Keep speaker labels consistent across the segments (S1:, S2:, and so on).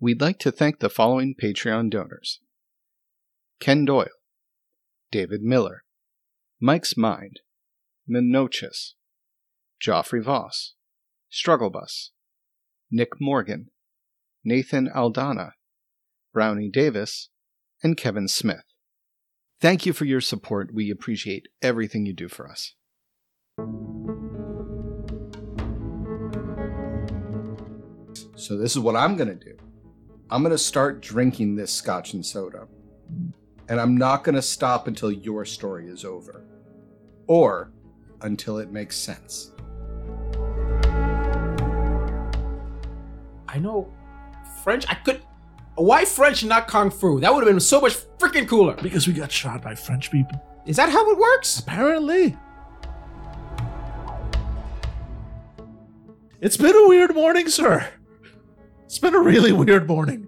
S1: We'd like to thank the following Patreon donors Ken Doyle, David Miller, Mike's Mind, Minochus, Joffrey Voss, Struggle Bus, Nick Morgan, Nathan Aldana, Brownie Davis, and Kevin Smith. Thank you for your support. We appreciate everything you do for us.
S2: So this is what I'm going to do. I'm going to start drinking this scotch and soda. And I'm not going to stop until your story is over or until it makes sense.
S3: I know French. I could. Why French, and not kung fu? That would have been so much freaking cooler.
S4: Because we got shot by French people.
S3: Is that how it works?
S4: Apparently. It's been a weird morning, sir. It's been a really weird morning.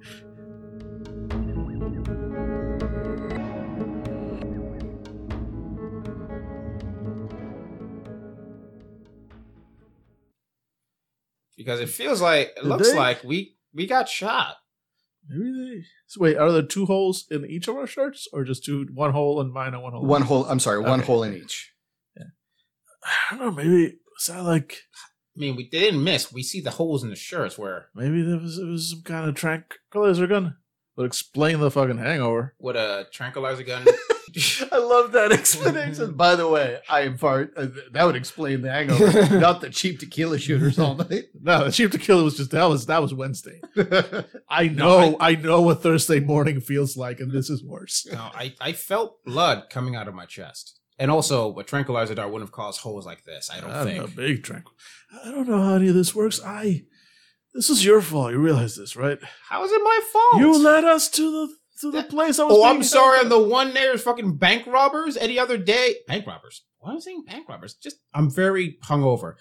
S3: Because it feels like it
S4: Did
S3: looks
S4: they?
S3: like we we got shot.
S4: Maybe they. So wait, are there two holes in each of our shirts, or just two? One hole in mine and one hole. in-
S2: One hole, I'm sorry, one
S4: Okay.
S2: hole in each.
S4: I don't know. Maybe was that like
S3: I mean, we they didn't miss. We see the holes in the shirts where
S4: maybe there was it was some kind of tranquilizer gun? Would explain the fucking hangover.
S3: with a tranquilizer gun.
S4: I love that explanation. By the way, I am part. Uh, that would explain the hangover, not the cheap tequila shooters all night. No, the cheap tequila was just that was that was Wednesday. I know, I, know what Thursday morning feels like, and this is worse.
S3: no, I I felt blood coming out of my chest, and also a tranquilizer dart wouldn't have caused holes like this. I don't
S2: Uh,
S4: I'm
S3: think.
S4: a big tranquil. I don't know how any of this works. I. This is your fault. You realize this, right?
S3: How is it my fault?
S4: You led us to the to the
S3: That-
S4: place I was.
S3: Oh,
S4: being
S3: I'm sorry.
S4: held
S3: I'm the one there's fucking bank robbers. Any other day, bank robbers. Why am I saying bank robbers? Just I'm very hungover,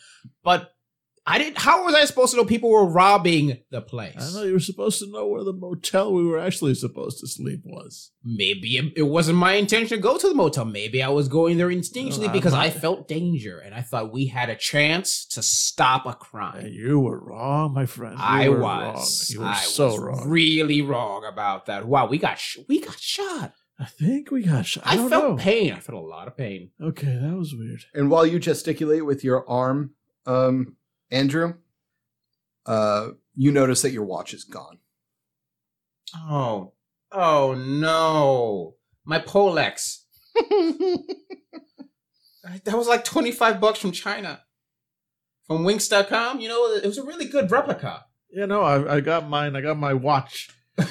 S3: but I didn't. How was I supposed to know people were robbing the place?
S4: I know you were supposed to know where the motel we were actually supposed to sleep was.
S3: Maybe it, it wasn't my intention to go to the motel. Maybe I was going there instinctually
S4: No, I'm
S3: because
S4: not-
S3: I felt danger and I thought we had a chance to stop a crime.
S4: And you were wrong, my friend. You
S3: I
S4: were
S3: was.
S4: Wrong. You were
S3: I
S4: so
S3: was
S4: wrong.
S3: really wrong about that. Wow, we got sh- we got shot.
S4: I think we got shot. I,
S3: I,
S4: don't
S3: felt
S4: know.
S3: pain. I felt a lot of pain.
S4: Okay, that was weird.
S2: And while you gesticulate with your arm, um, Andrew, uh, you notice that your watch is gone.
S3: Oh, oh no. My Polex. that was like 25 bucks from China. From Winx.com, you know, it was a really good replica.
S4: Yeah, no, I, I got mine. I got my watch.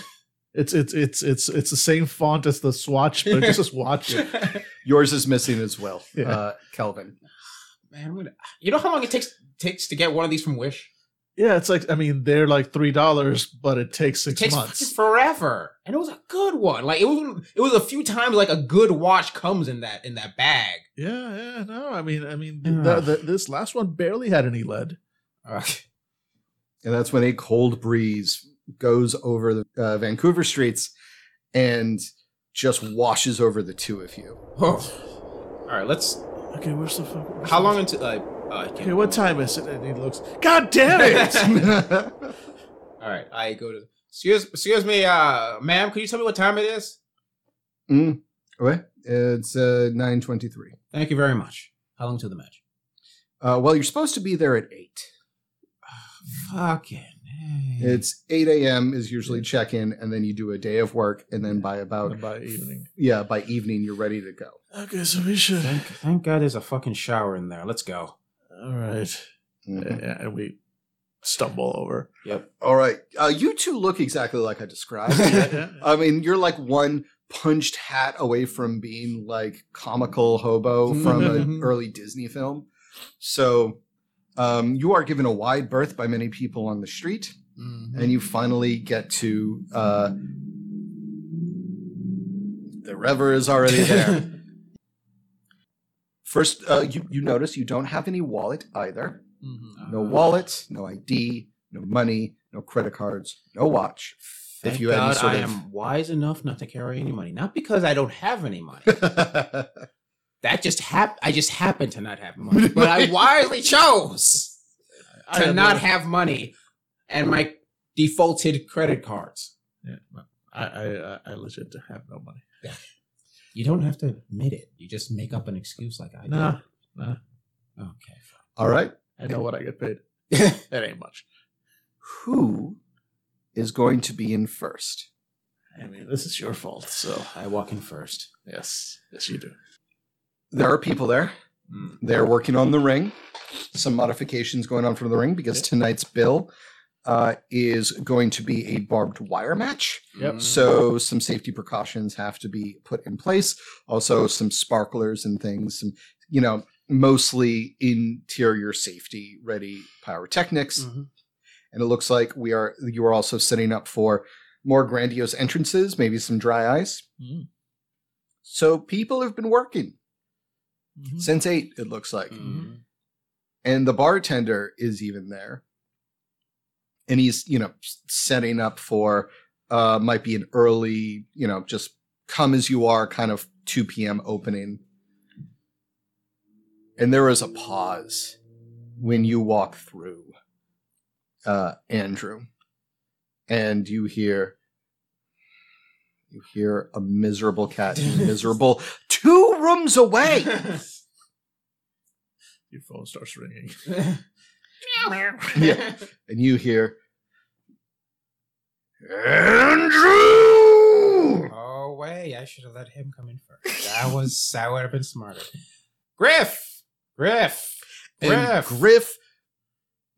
S4: it's it's it's it's it's the same font as the swatch, but it's just a watch.
S2: Yours is missing as well,
S4: Yeah.
S2: uh, Kelvin.
S3: Man, I'm gonna, you know how long it takes takes to get one of these from Wish?
S4: Yeah, it's like I mean they're like three dollars, but it takes
S3: It
S4: six
S3: takes fucking
S4: months.
S3: forever. And it was a good one. Like it was it was a few times like a good watch comes in that in that bag.
S4: Yeah, yeah, no, I mean, I mean,
S3: Ugh.
S4: the, the, this last one barely had any lead.
S3: Ugh.
S2: and that's when a cold breeze goes over the uh, Vancouver streets and just washes over the two of you.
S3: Oh. All right, let's
S4: Okay, where's the fuck? where's
S3: how
S4: the-
S3: long until uh, uh, I can't-
S4: Okay, what time is it? And he looks. God damn it!
S3: All right, I go to. Excuse, excuse me, uh, ma'am. Could you tell me what time it is?
S2: Mm. Okay, it's uh, nine twenty-three.
S3: Thank you very much. How long till the match?
S2: Uh, well, you're supposed to be there at eight.
S3: Fucking. Mm-hmm.
S2: It's eight a.m. is usually check-in, and then you do a day of work, and then by about
S4: By evening.
S2: yeah by evening you're ready to go.
S4: Okay, so we should.
S3: Thank, thank God there's a fucking shower in there. Let's go.
S4: All right.
S3: Mm-hmm.
S2: Mhm.
S4: Yeah, and we stumble over.
S2: All right, uh, you two look exactly like I described. I mean, you're like one punched hat away from being like comical hobo from an early Disney film. So um, you are given a wide berth by many people on the street,
S3: Mm-hmm.
S2: and you finally get to. Uh, the Rever is already there. First, uh, you, you notice you don't have any wallet either.
S3: Mm-hmm.
S2: No wallet, no ID, no money, no credit cards, no watch.
S3: Thank
S2: If you had any
S3: God
S2: sort
S3: I
S2: of-
S3: am wise enough not to carry any money. Not because I don't have any money. that just hap- I just happen to not have money. But I wisely chose
S4: I
S3: to
S4: have
S3: not
S4: no-
S3: have money. And my defaulted credit cards.
S4: Yeah, no, I, I I- I legit have no money.
S3: You don't have to admit it. You just make up an excuse like I did.
S4: Nah,
S3: Okay.
S2: All right.
S4: I know what I get paid. that ain't much.
S2: Who is going to be in first?
S4: I mean, this is your fault. So
S3: I walk in first.
S4: yes, yes, you do.
S2: There are people there.
S4: Mm.
S2: They're working on the ring. Some modifications going on for the ring because tonight's bill uh, is going to be a barbed wire match.
S3: Mm-hmm.
S4: Yep.
S2: So some safety precautions have to be put in place. Also, some sparklers and things, some you know, mostly interior safety ready pyrotechnics.
S3: Mhm.
S2: And it looks like we are you are also setting up for more grandiose entrances, maybe some dry ice.
S4: Mm.
S2: So people have been working
S3: Mm-hmm.
S4: Mhm.
S2: since eight, it looks like.
S4: Mhm.
S2: And the bartender is even there. And he's, you know, s- setting up for uh might be an early, you know, just come as you are kind of 2 p.m. opening. And there is a pause when you walk through uh Andrew. And you hear you hear a miserable cat, miserable two rooms away.
S4: Your phone starts ringing.
S2: yeah. And you hear Andrew.
S3: Oh way, I should have let him come in first. That was that would have been smarter. Griff, Griff,
S2: And
S3: Griff.
S2: Griff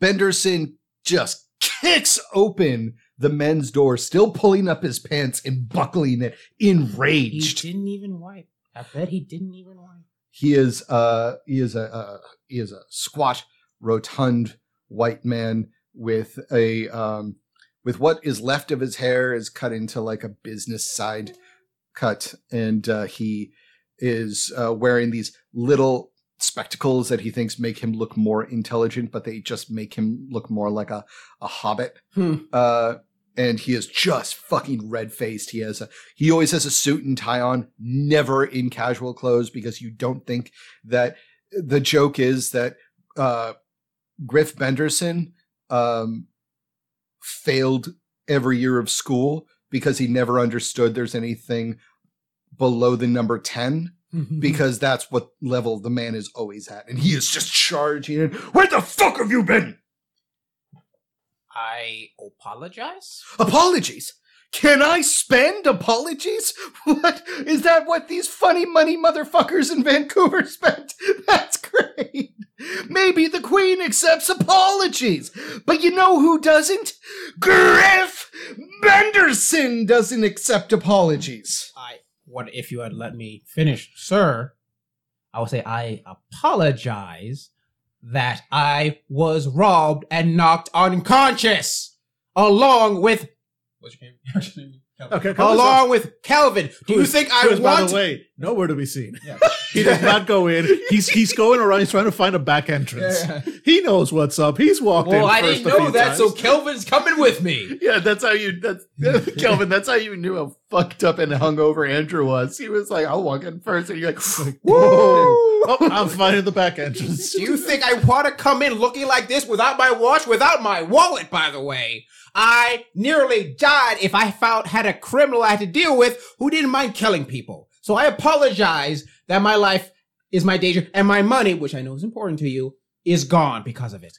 S2: Benderson just kicks open the men's door, still pulling up his pants and buckling it,
S3: he
S2: enraged.
S3: didn't even wipe. I bet he didn't even wipe.
S2: He is uh he is a uh, he is a squat, rotund white man with a um with what is left of his hair is cut into like a business side cut, and uh, he is uh, wearing these little spectacles that he thinks make him look more intelligent, but they just make him look more like a a hobbit.
S3: Hmm.
S2: Uh, and he is just fucking red faced. He has a he always has a suit and tie on, never in casual clothes because you don't think that the joke is that uh, Griff Benderson um, failed every year of school because he never understood there's anything below the number 10
S3: Mm-hmm.
S2: because that's what level the man is always at and he is just charging in where the fuck have you been
S3: I apologize.
S2: apologies can i spend apologies what is that what these funny money motherfuckers in vancouver spent that's great maybe the queen accepts apologies but you know who doesn't griff benderson doesn't accept apologies
S3: I what if you had let me finish, sir? I would say I apologize that I was robbed and knocked unconscious along with what's your name?
S4: Okay, Kelvin's
S3: along with Kelvin. Do
S4: Who
S3: you
S4: is-
S3: think
S4: who
S3: I
S4: is, By
S3: want
S4: the way, nowhere to be seen.
S3: Yeah.
S4: he does not go in. He's he's going around. He's trying to find a back entrance. He knows what's up. He's walked in.
S3: Well, I
S4: first
S3: didn't
S4: a few
S3: know that,
S4: times.
S3: so Kelvin's coming with me.
S4: Yeah, that's how you. That's
S2: Kelvin, that's how you knew how fucked up and hungover Andrew was. He was like, I'll walk in first. And you're like, whoa.
S4: Oh, I'm finding the back entrance.
S3: Do you think I want to come in looking like this without my watch, without my wallet? By the way, I nearly died if I found had a criminal I had to deal with who didn't mind killing people. So I apologize that my life is my danger and my money, which I know is important to you, is gone because of it.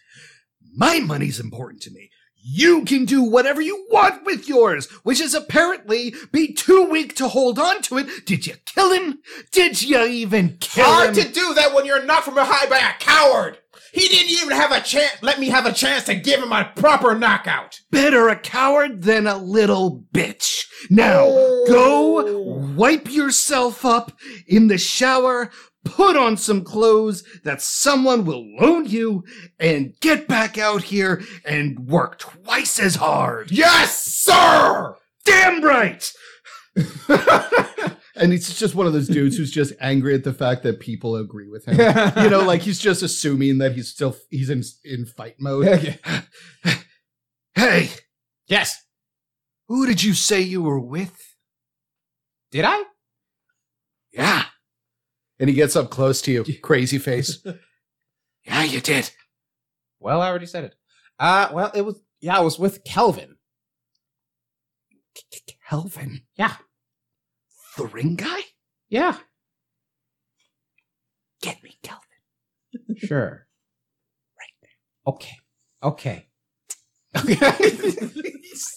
S2: My money's important to me. You can do whatever you want with yours, which is apparently be too weak to hold on to it. Did you kill him? Did you even kill
S3: Hard
S2: him?
S3: to do that when you're knocked from behind by a coward. He didn't even have a chance. Let me have a chance to give him a proper knockout.
S2: Better a coward than a little bitch. Now, go
S3: Oh.
S2: wipe yourself up in the shower, put on some clothes that someone will loan you, and get back out here and work twice as hard.
S3: Yes, sir.
S2: Damn right! and he's just one of those dudes who's just angry at the fact that people agree with him. You know, like he's just assuming that he's still he's in in fight mode. hey,
S3: yes.
S2: who did you say you were with?
S3: Did I?
S2: Yeah. And he gets up close to you, crazy face. yeah, you did.
S3: Well, I already said it. Uh well, it was yeah, I was with Kelvin.
S2: Helvin,
S3: Yeah.
S2: the ring guy.
S3: Yeah.
S2: Get me, Kelvin.
S3: Sure. Right there. Okay. Okay.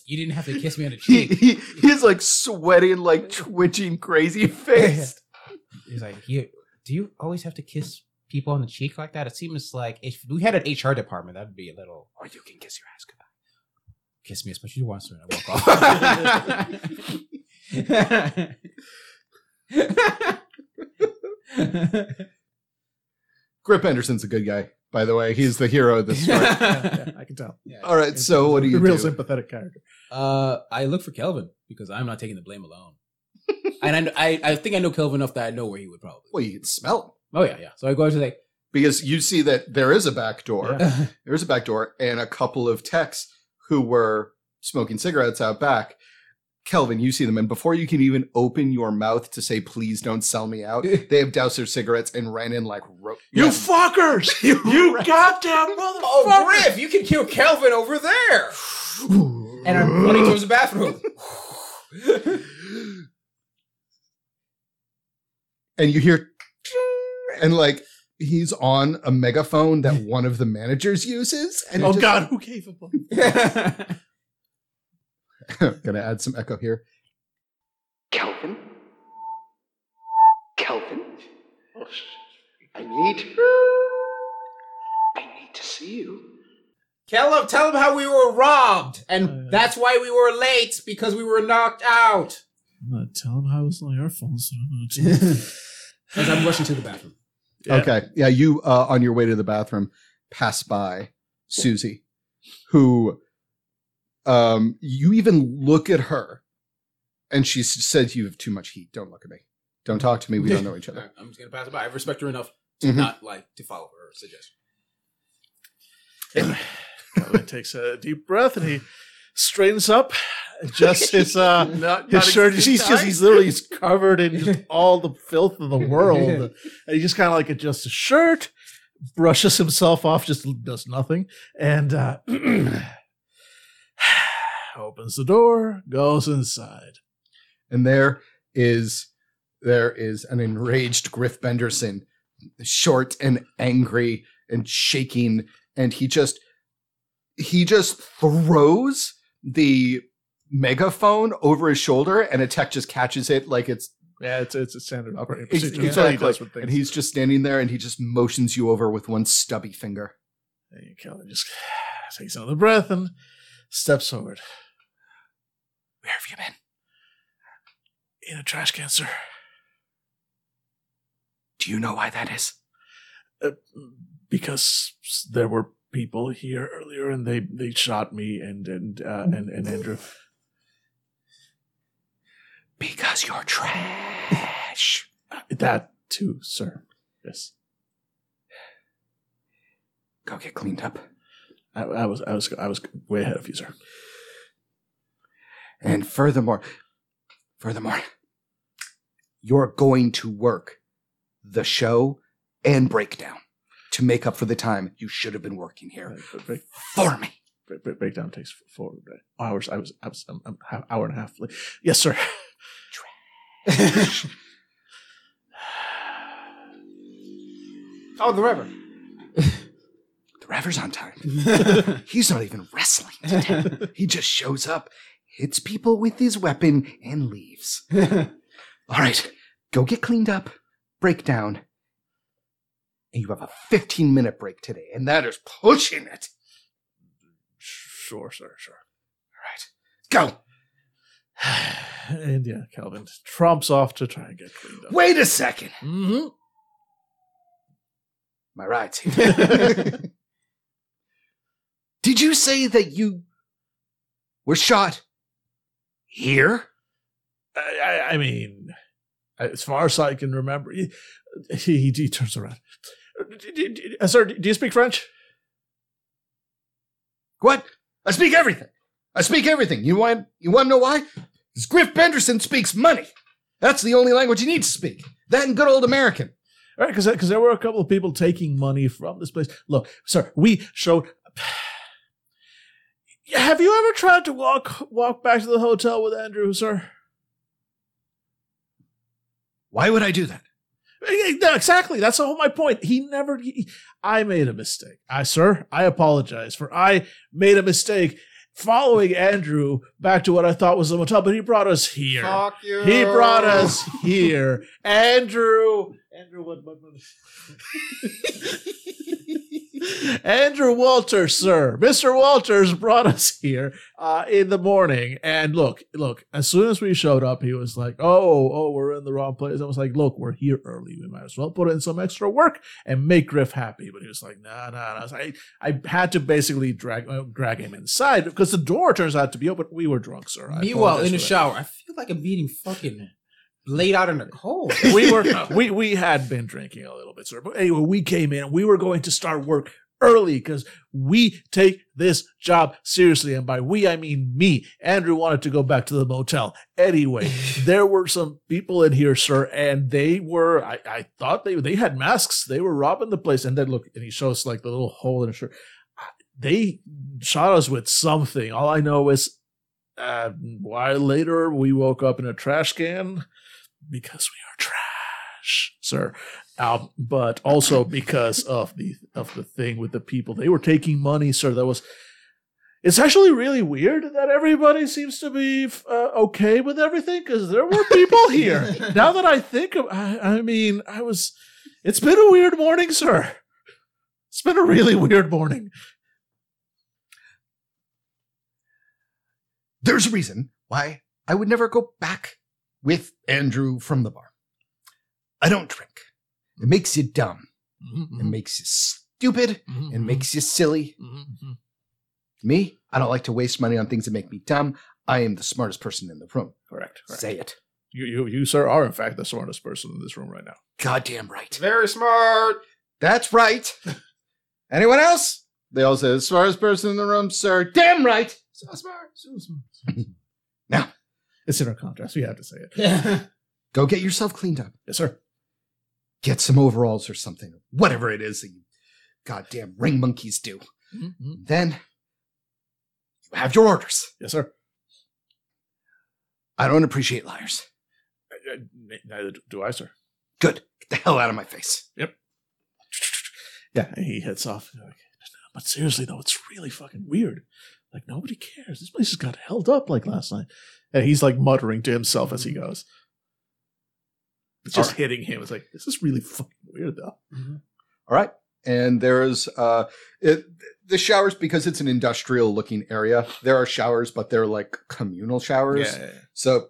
S3: you didn't have to kiss me on the
S2: He,
S3: cheek.
S2: he he's like sweating, like twitching, crazy face.
S3: He's like, you do you always have to kiss people on the cheek like that? It seems like if we had an HR department, that'd be a little or you can kiss your ass goodbye. Kiss me as much as you want to and I
S2: Grip Anderson's a good guy, by the way. He's the hero of this story.
S3: walk
S4: Yeah, I can tell.
S3: off.
S2: All right, so what do you
S4: The real
S2: do?
S4: sympathetic character.
S3: Uh, I look for Kelvin because I'm not taking the blame alone. and I, I, I think I know Kelvin enough that I know where he would probably.
S2: well, you can smell him
S3: Oh yeah, yeah. So I go to like,
S2: because you see that there is a back door. There is a back door, and a couple of techs who were smoking cigarettes out back. Kelvin, you see them, and before you can even open your mouth to say "Please don't sell me out," they have doused their cigarettes and ran in like ro-
S5: You
S2: Yeah.
S5: fuckers! you goddamn motherfucker!
S4: Oh,
S3: Oh, Griff, you can kill Kelvin over there. and I'm running towards the bathroom.
S2: and you hear and like he's on a megaphone that one of the managers uses and it
S4: Oh
S2: just-
S4: God, who gave him? one?
S2: gonna add some echo here
S6: Kelvin? Kelvin?
S4: Oh,
S6: I need. I need to see you.
S3: Kelvin, tell him how we were robbed, and
S4: Oh, yeah.
S3: that's why we were late because we were knocked out.
S4: I'm gonna tell him how it's not your fault. So I'm gonna tell him.
S3: As I'm rushing to the bathroom.
S4: Yeah.
S2: Okay. Yeah, you uh, on your way to the bathroom pass by Susie, who um you even look at her and she s- says you have too much heat. Don't look at me. Don't talk to me. We don't know each other.
S3: I'm just gonna pass it by. I respect her enough to
S2: Mhm.
S3: not like to follow her suggestion.
S4: Kelvin takes a deep breath and he straightens up. Just his uh,
S2: Not,
S4: his shirt. He's just he's literally he's covered in just all the filth of the world, and he just kind of like adjusts his shirt, brushes himself off, just does nothing, and uh, opens the door, goes inside.
S2: and there is there is an enraged Griff Benderson, short and angry and shaking, and he just he just throws the megaphone over his shoulder, and a tech just catches it like it's
S4: Yeah, it's it's a standard operating
S2: Ex-
S4: procedure. That's what he does with
S2: exactly.
S4: things.
S2: and he's just standing there, and he just motions you over with one stubby finger.
S4: There you go. Just takes another breath and steps forward. Where have you been? In a trash can, sir.
S2: Do you know why that is?
S4: Uh, because there were people here earlier, and they they shot me and and uh, and, and Andrew.
S2: Because you're trash.
S4: That too, sir. Yes,
S2: Go get cleaned up.
S4: I, I was I was I was way ahead of you, sir.
S2: And furthermore, furthermore, you're going to work the show and breakdown to make up for the time you should have been working
S4: Uh,
S2: here
S4: break,
S2: for me.
S4: break, break, breakdown takes four hours. I was I was um, um, half, hour and a half late. Yes, sir.
S3: Oh, the river.
S2: The Rever's on time. He's not even wrestling. He just shows up, hits people with his weapon, and leaves. All right, go get cleaned up, breakdown, and you have a 15 minute break today, and that is pushing it.
S4: Sure, sir. Sure.
S2: All right, go.
S4: and yeah, Calvin tromps off to try and get cleaned up.
S2: Wait a second.
S4: Mhm.
S2: My ride's here. Did you say that you were shot here?
S4: I, I, I mean, as far as I can remember, he, he, he turns around. D- d- d- uh, Sir, do you speak French?
S2: What? I speak everything. I speak everything. You want you want to know why? Because Griff Benderson speaks money. That's the only language he needs to speak. That and good old American.
S4: All right, because there were a couple of people taking money from this place. Look, sir, we showed. Have you ever tried to walk walk back to the hotel with Andrew, sir?
S2: Why would I do that?
S4: Eh, No, exactly. That's the whole my point. He never. he- I made a mistake. I, sir, I apologize for I made a mistake following Andrew back to what I thought was the motel, but he brought us here.
S3: Fuck you.
S4: He brought us here. Andrew. Andrew, what? what, what- Andrew Walter, sir. Mr. Walters brought us here uh, in the morning. And look, look, as soon as we showed up, he was like, oh, oh, we're in the wrong place. I was like, look, we're here early. We might as well put in some extra work and make Griff happy. But he was like, nah, nah, nah. So I, I had to basically drag, uh, drag him inside because the door turns out to be open. We were drunk, sir. I
S3: Meanwhile,
S4: apologize
S3: in the
S4: for that
S3: shower, I feel like I'm being fucking laid out in the cold.
S4: we were we we had been drinking a little bit, sir. But anyway, we came in and we were going to start work early because we take this job seriously, and by we I mean me. Andrew wanted to go back to the motel anyway. there were some people in here, sir, and they were I, I thought they they had masks. They were robbing the place, and then look, and he shows like the little hole in his shirt. They shot us with something. All I know is. Uh, while later we woke up in a trash can because we are trash, sir. Um, but also because of the of the thing with the people, they were taking money, sir. That was. It's actually really weird that everybody seems to be uh, okay with everything because there were people here. now that I think of, I, I mean, I was. It's been a weird morning, sir. It's been a really weird morning.
S2: There's a reason why I would never go back with Andrew from the bar. I don't drink. It makes you dumb. It makes you stupid. It
S4: Mm-hmm.
S2: makes you silly. Me, I don't like to waste money on things that make me dumb. I am the smartest person in the room.
S4: correct. correct.
S2: Say it.
S4: You, you, you, sir, are in fact the smartest person in this room right now.
S2: Goddamn right.
S3: Very smart.
S2: That's right. Anyone else? They all say, the smartest person in the room, sir. Damn right. So smart. Now.
S4: it's in our contract. We have to say it.
S2: Go get yourself cleaned up.
S4: Yes, sir.
S2: Get some overalls or something. Whatever it is that you goddamn ring monkeys do. Then you have your orders.
S4: Yes, sir.
S2: I don't appreciate liars.
S4: Uh, n- Neither do I, sir.
S2: Good. Get the hell out of my face.
S4: Yeah, and he heads off. Like, But seriously, though, it's really fucking weird. Like nobody cares. This place just got held up like last night. And he's like muttering to himself as he goes. It's just hitting him. It's like this is really fucking weird, though.
S2: All right. And there's uh it, the showers because it's an industrial looking area. There are showers, but they're like communal showers. So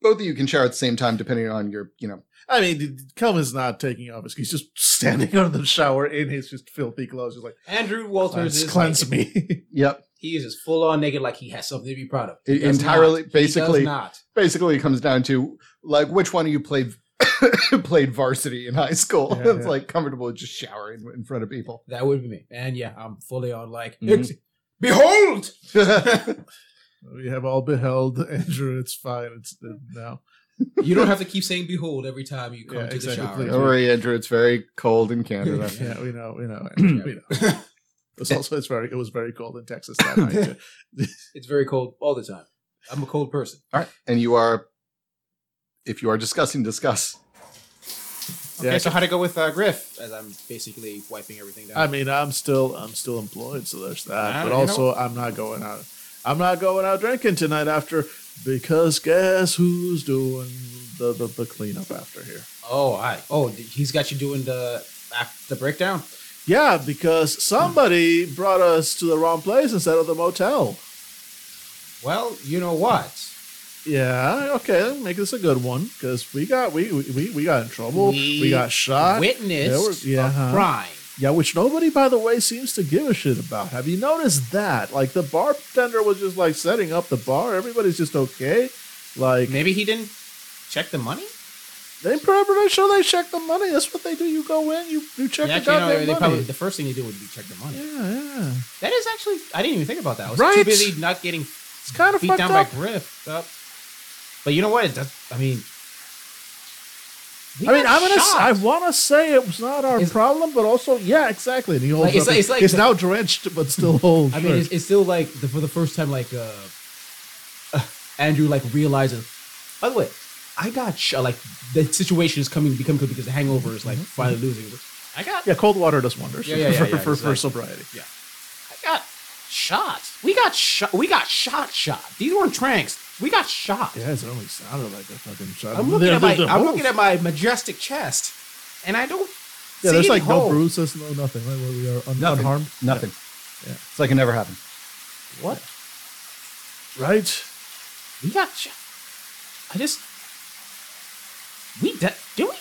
S2: both of you can shower at the same time depending on your, you know.
S4: I mean, Kelvin's not taking off his. He's just standing under the shower in his just filthy clothes. He's like,
S3: Andrew Walters
S4: cleanse,
S3: is
S4: cleanse
S3: naked.
S4: me.
S2: Yep.
S3: He is as full on naked like he has something to be proud of.
S2: It
S3: He does
S2: entirely-
S3: not.
S2: basically-
S3: He does not.
S2: Basically it comes down to like which one of you played played varsity in high school.
S4: Yeah,
S2: it's
S4: yeah.
S2: like comfortable just showering in front of people.
S3: That would be me. And yeah, I'm fully on like
S4: Mm-hmm.
S2: Mhm.
S3: "Ex- Behold!
S4: we have all beheld Andrew. It's fine. It's uh, now.
S3: You don't have to keep saying behold every time you come
S4: Yeah,
S3: to
S4: exactly.
S3: the
S2: Don't
S3: shower.
S2: worry, Andrew, it's very cold in Canada.
S4: Yeah, we know, we know, Andrew, we know. It's also it's very it was very cold in Texas that night. too.
S3: It's very cold all the time. I'm a cold person.
S2: All right. And you are if you are discussing, discuss.
S4: Yeah.
S3: Okay, so how to go with uh, Griff as I'm basically wiping everything down.
S4: I mean, I'm still I'm still employed, so there's that.
S3: Ah,
S4: But
S3: you
S4: also, I'm not going out. I'm not going out drinking tonight after because guess who's doing the the, the cleanup after here?
S3: oh, I oh d- he's got you doing the af- the breakdown.
S4: Yeah, because somebody brought us to the wrong place instead of the motel.
S3: Well, you know what?
S4: Yeah, okay, make this a good one because we got we, we- we we got in trouble. We,
S3: We
S4: got shot. There
S3: Witnessed
S4: were- yeah,
S3: a
S4: huh?
S3: crime.
S4: Yeah, which nobody, by the way, seems to give a shit about. Have you noticed that? Like the bartender was just like setting up the bar. Everybody's just okay. Like
S3: Maybe he didn't check the money.
S4: they probably make sure they check the money. That's what they do. You go in, you you check
S3: Yeah, actually,
S4: the
S3: you know,
S4: goddamn
S3: they
S4: money.
S3: probably the first thing you do would be check the money.
S4: yeah, yeah.
S3: That is actually I didn't even think about that. I was
S4: Right?
S3: too busy not getting
S4: It's kind of
S3: beat
S4: fucked
S3: down
S4: up.
S3: by Griff. Uh, but you know what? It does, I mean,
S4: I mean, I'm gonna. I want to say it was not our
S3: It's-
S4: problem, but also, yeah, exactly. And he holds
S3: Like, it's
S4: up-
S3: like- it's like
S4: he's
S3: the-
S4: now drenched, but still whole.
S3: I mean, it's,
S4: shirt.
S3: it's still like the, for the first time, like uh, Andrew like realizes. By the way, I got sh- like the situation is coming become good because the hangover is like
S4: Mm-hmm.
S3: finally losing. I got
S4: yeah, cold water does wonders
S3: Yeah, yeah, yeah,
S4: for,
S3: yeah,
S4: for, for
S3: exactly.
S4: sobriety. Yeah,
S3: I got shot. We got shot. We got shot. Shot. These weren't tranks. We got shot.
S4: yeah, it only sounded like a fucking shot.
S3: I'm looking
S4: There-
S3: at my
S4: there's a
S3: I'm
S4: hole.
S3: looking at my majestic chest, and I don't.
S4: Yeah,
S3: see
S4: there's
S3: any
S4: like no
S3: hole.
S4: bruises, no nothing. Right where we are un-
S2: Nothing.
S4: unharmed.
S2: Nothing.
S4: Yeah.
S2: It's like it never happened.
S3: What?
S4: Right.
S3: We got shot. I just. We de- do we?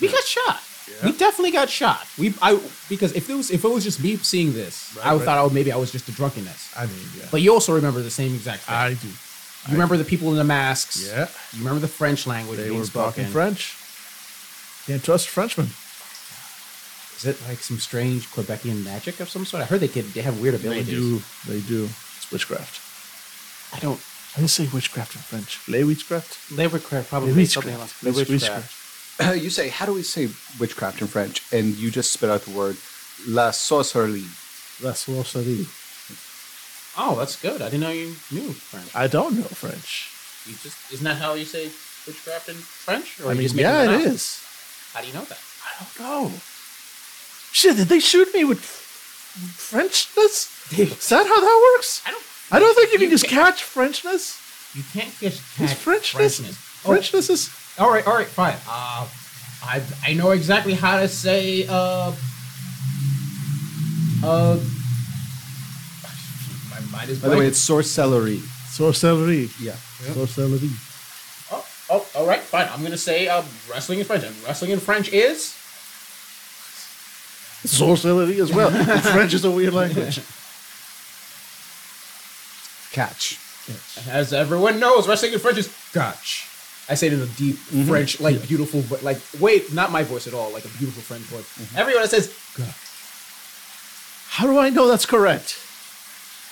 S3: We got shot. We definitely got shot. We I because if it was if it was just me seeing this, I
S4: right.
S3: thought I would, maybe I was just a drunkenness.
S4: I mean, yeah.
S3: But you also remember the same exact thing.
S4: I do.
S3: you remember the people in the masks.
S4: Yeah.
S3: You remember the French language
S4: They
S3: being
S4: were
S3: spoken.
S4: talking French. Can't trust Frenchmen.
S3: Is it like some strange Quebecian magic of some sort? I heard they could they have weird abilities.
S4: They do. It's witchcraft.
S3: I don't.
S4: I didn't say witchcraft in French. Lay witchcraft.
S3: They were cra- probably
S4: Witchcraft.
S3: something like
S4: Witch-
S3: witchcraft.
S4: witchcraft.
S2: you say, how do we say witchcraft in French? And you just spit out the word la sorcellerie.
S4: That's sorcery.
S3: Oh, that's good. I didn't know you knew French.
S4: I don't know French.
S3: You just isn't that how you say witchcraft in French? Or
S4: I
S3: you
S4: mean,
S3: just making
S4: yeah,
S3: that
S4: it
S3: up?
S4: is.
S3: How do you know that?
S4: I don't know. Shit, did they shoot me with f- Frenchness? Is that how that works?
S3: I don't.
S4: I don't think you can
S3: You
S4: just
S3: can't-
S4: catch Frenchness.
S3: You can't just
S4: It's
S3: catch
S4: Frenchness. Frenchness is
S3: Oh, all right, all right, fine. Uh, I I know exactly how to say uh uh. My mind is
S2: By the way,
S3: blank.
S2: it's sorcellerie.
S4: sorcery.
S2: Yeah.
S4: Sorcery.
S3: Oh, oh, all right, fine. I'm gonna say uh, wrestling in French. And wrestling in French is
S4: Sorcery as well. French is a weird language.
S2: Catch.
S3: As everyone knows, wrestling in French is gotch. I say it in a deep French, like beautiful, but like wait, not my voice at all, like a beautiful French voice. Everyone that says gotch.
S4: How do I know that's correct?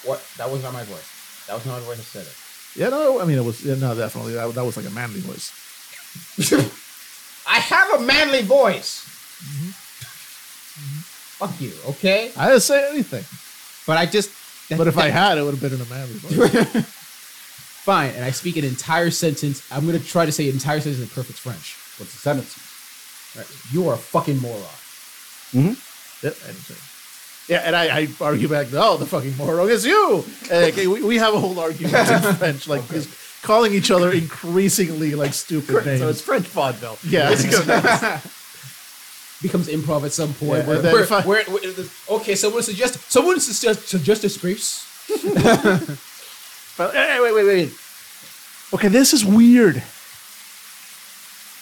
S3: What? That was not my voice. That was not my voice that said it.
S4: Yeah, no, I mean it was yeah, no, definitely that, that was like a manly voice.
S3: I have a manly voice. Fuck you, okay?
S4: I didn't say anything,
S3: But I just. that-
S4: but if I
S3: that-
S4: had, it would have been in a manly voice.
S3: fine, and I speak an entire sentence, I'm gonna try to say an entire sentence in perfect French.
S2: What's the sentence?
S3: Right? You are a fucking moron.
S4: yeah, anything. Yeah, and I, I argue back. Oh, the fucking moron is you. And, okay, we, we have a whole argument in French, like just calling each other increasingly like stupid names.
S2: So it's French vaudeville.
S4: yeah,
S3: becomes improv at some point.
S4: Yeah,
S3: where,
S4: and then
S3: where,
S4: if I-
S3: where- where the- okay, someone suggest someone suggest suggest a space.
S4: But, hey, eh, wait, wait, wait. Okay, this is weird.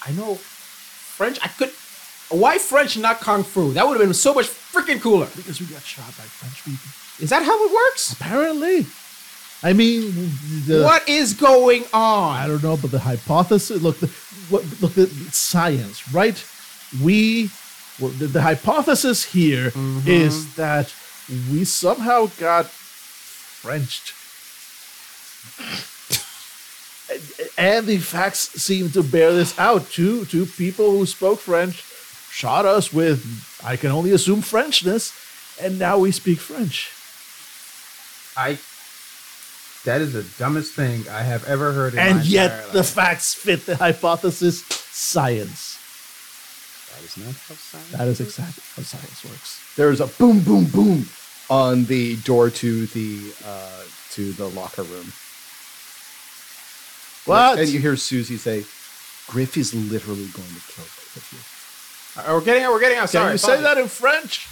S3: I know French. I could. Why French, not kung fu? That would have been so much freaking cooler.
S4: Because we got shot by French people.
S3: Is that how it works?
S4: Apparently. I mean, the,
S3: what is going
S4: I
S3: on?
S4: don't know, but the hypothesis. Look, the, what, look, the it's science, right? We, well, the, the hypothesis here is that we somehow got Frenched, And- and the facts seem to bear this out. Two two people who spoke French shot us with, I can only assume Frenchness, and now we speak French.
S3: I. That is the dumbest thing I have ever heard.
S4: and yet the facts fit the hypothesis science that is exactly how science works
S2: There's a boom, boom, boom on the door to the uh, to the locker room.
S4: what
S2: And you hear Susie say, "Griff is literally going to kill both of you."
S3: Uh, we're getting out. We're getting out.
S4: can
S3: Sorry,
S4: you say that in french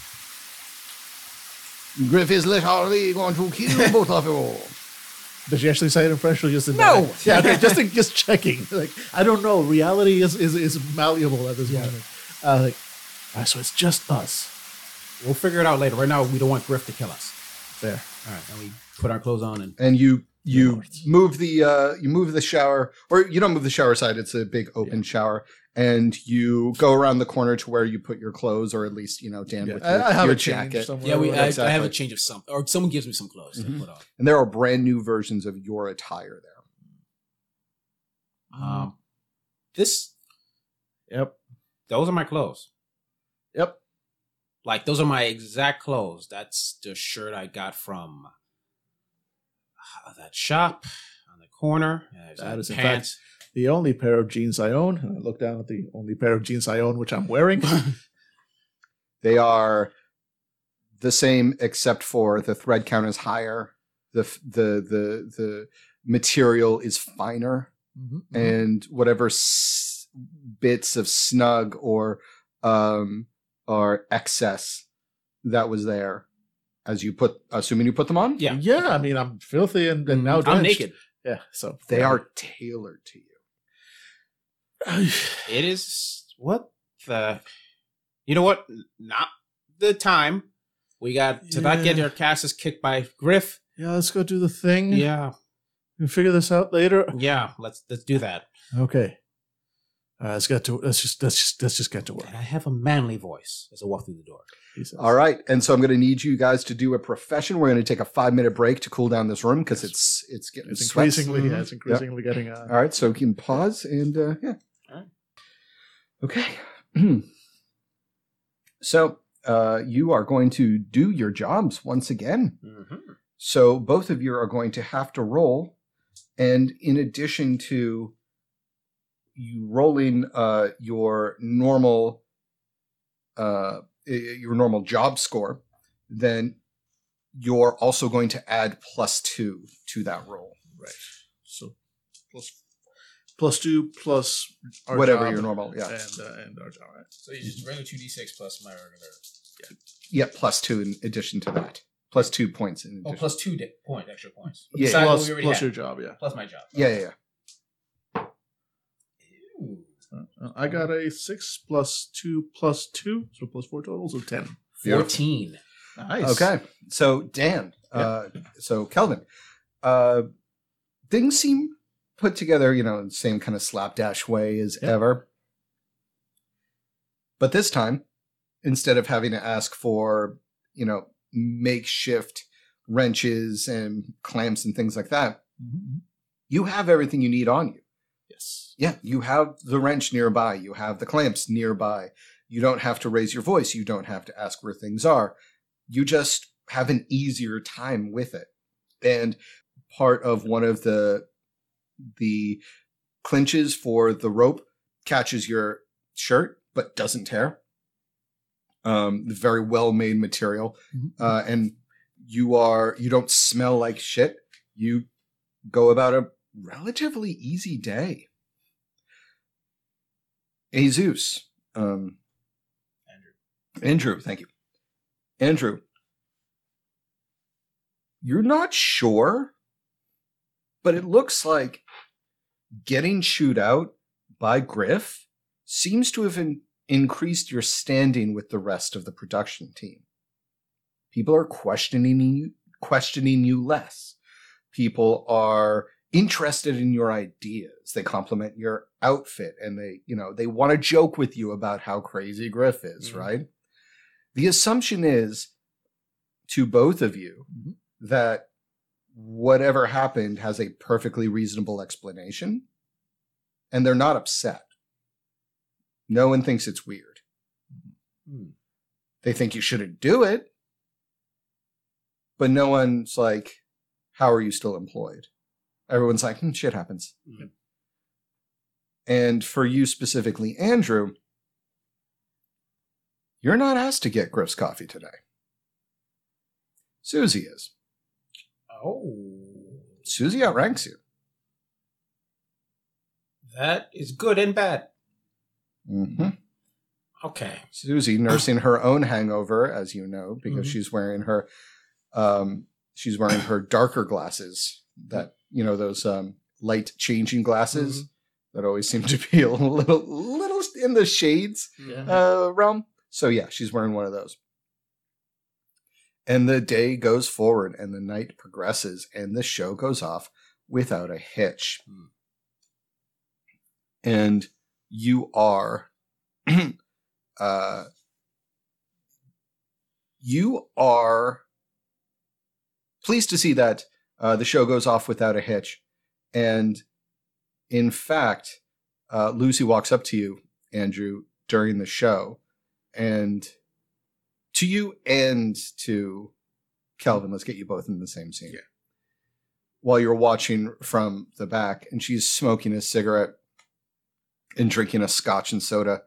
S2: Griff is literally going to kill both of you.
S4: did you actually say it in french or just in
S3: No.
S4: dialect? yeah okay just in, just checking like i don't know reality is is, is malleable at this moment uh, like, ah, so it's just us
S3: We'll figure it out later. Right now, we don't want Griff to kill us.
S4: fair
S3: All right, and we put our clothes on and
S2: And you you move the uh, you move the shower, or you don't move the shower side. It's a big open shower, and you go around the corner to where you put your clothes, or at least you know Dan with
S4: I,
S2: your,
S4: I have
S2: your
S4: a change
S2: jacket.
S4: somewhere
S3: yeah, we. I, I have
S2: Exactly.
S3: a change of some, or someone gives me some clothes to put on.
S2: And there are brand new versions of your attire there.
S3: Um, this
S4: Yep.
S3: Those are my clothes.
S4: Yep.
S3: Like those are my exact clothes. That's the shirt I got from uh, that shop on the corner. uh, And there's
S4: That
S3: the
S4: is, in fact, The only pair of jeans I own, and I look down at the only pair of jeans I own, which I'm wearing.
S2: They are the same except for the thread count is higher. The f- the the the material is finer
S4: Mm-hmm.
S2: and whatever s- bits of snug or um or excess that was there as you put assuming you put them on
S3: Yeah.
S4: yeah, I mean, I'm filthy and, and now
S3: Mm-hmm. I'm
S4: drenched.
S3: naked.
S4: Yeah, so
S2: they are tailored to you
S3: It is what the. You know what? Not the time. We got to not get
S4: Yeah. Mm.
S3: our asses kicked by Griff.
S4: Yeah, let's go do the thing.
S3: Yeah,
S4: we figure this out later.
S3: yeah. Let's let's do that.
S4: Okay. All right, let's get to let's just let's just let's just get to work.
S3: And I have a manly voice as I walk through the door.
S4: he says.
S2: all right and so i'm going to need you guys to do a profession we're going to take a five minute break to cool down this room because it's it's getting
S4: It's
S2: sweats.
S4: increasingly yeah, it's increasingly getting
S2: all
S4: uh,
S2: right so we can pause and uh yeah
S3: All right.
S2: okay so uh you are going to do your jobs once again
S4: Mm-hmm.
S2: So both of you are going to have to roll, and in addition to you rolling uh, your normal uh, i- your normal job score, then you're also going to add plus two to that roll,
S4: so plus plus two plus our
S2: whatever
S4: job
S2: your normal. Yeah,
S4: and uh, and our job. All right.
S3: So you just regular two d six plus my regular.
S2: yeah, plus two in addition to that, plus two points in
S4: Oh,
S2: addition.
S3: two di- point extra points.
S2: Yeah.
S3: Besides what
S4: plus
S3: we already
S4: plus
S3: had.
S4: your job. Yeah,
S3: plus my job.
S2: yeah, yeah, yeah.
S3: Ooh.
S4: Uh, I got a six plus two plus two, so plus four total, so ten.
S3: Fourteen.
S4: Nice.
S2: Okay. So Dan, uh, so Kelvin, uh, things seem put together, you know, in the same kind of slapdash way as
S4: Yeah.
S2: ever. But this time, instead of having to ask for, you know, makeshift wrenches and clamps and things like that,
S4: Mhm.
S2: you have everything you need on you.
S4: Yes.
S2: Yeah, you have the wrench nearby, you have the clamps nearby. You don't have to raise your voice, you don't have to ask where things are. You just have an easier time with it. And part of one of the the clinches for the rope catches your shirt but doesn't tear. Um very well-made material
S4: mm-hmm,
S2: uh, and you are you don't smell like shit. You go about a relatively easy day. Azus, um, Andrew, Andrew, thank you, Andrew. You're not sure, but it looks like getting chewed out by Griff seems to have in- increased your standing with the rest of the production team people are questioning you questioning you less people are interested in your ideas they compliment your outfit and they you know they want to joke with you about how crazy griff is
S3: Mhm.
S2: right the assumption is to both of you
S4: Mhm.
S2: that whatever happened has a perfectly reasonable explanation and they're not upset no one thinks it's weird
S3: Hmm.
S2: they think you shouldn't do it but no one's like, "How are you still employed?" Everyone's like, hmm, "Shit happens."
S3: Mhm.
S2: And for you specifically, Andrew, you're not asked to get Griff's coffee today. Susie is.
S3: Oh,
S2: Susie outranks you.
S3: that is good and bad.
S2: hmm
S3: Okay.
S2: Susie nursing her own hangover, as you know, because
S4: Mhm.
S2: she's wearing her, um, she's wearing her darker glasses that you know those um, light changing glasses that always seem to be a little little in the shades uh, realm. So yeah, she's wearing one of those. And the day goes forward, and the night progresses, and the show goes off without a hitch.
S3: Hmm.
S2: And you are, uh, you are pleased to see that uh, the show goes off without a hitch, and in fact, uh, Lucy walks up to you Andrew, during the show. And to you and to Kelvin, let's get you both in the same scene.
S4: Yeah.
S2: While you're watching from the back, and she's smoking a cigarette and drinking a scotch and soda.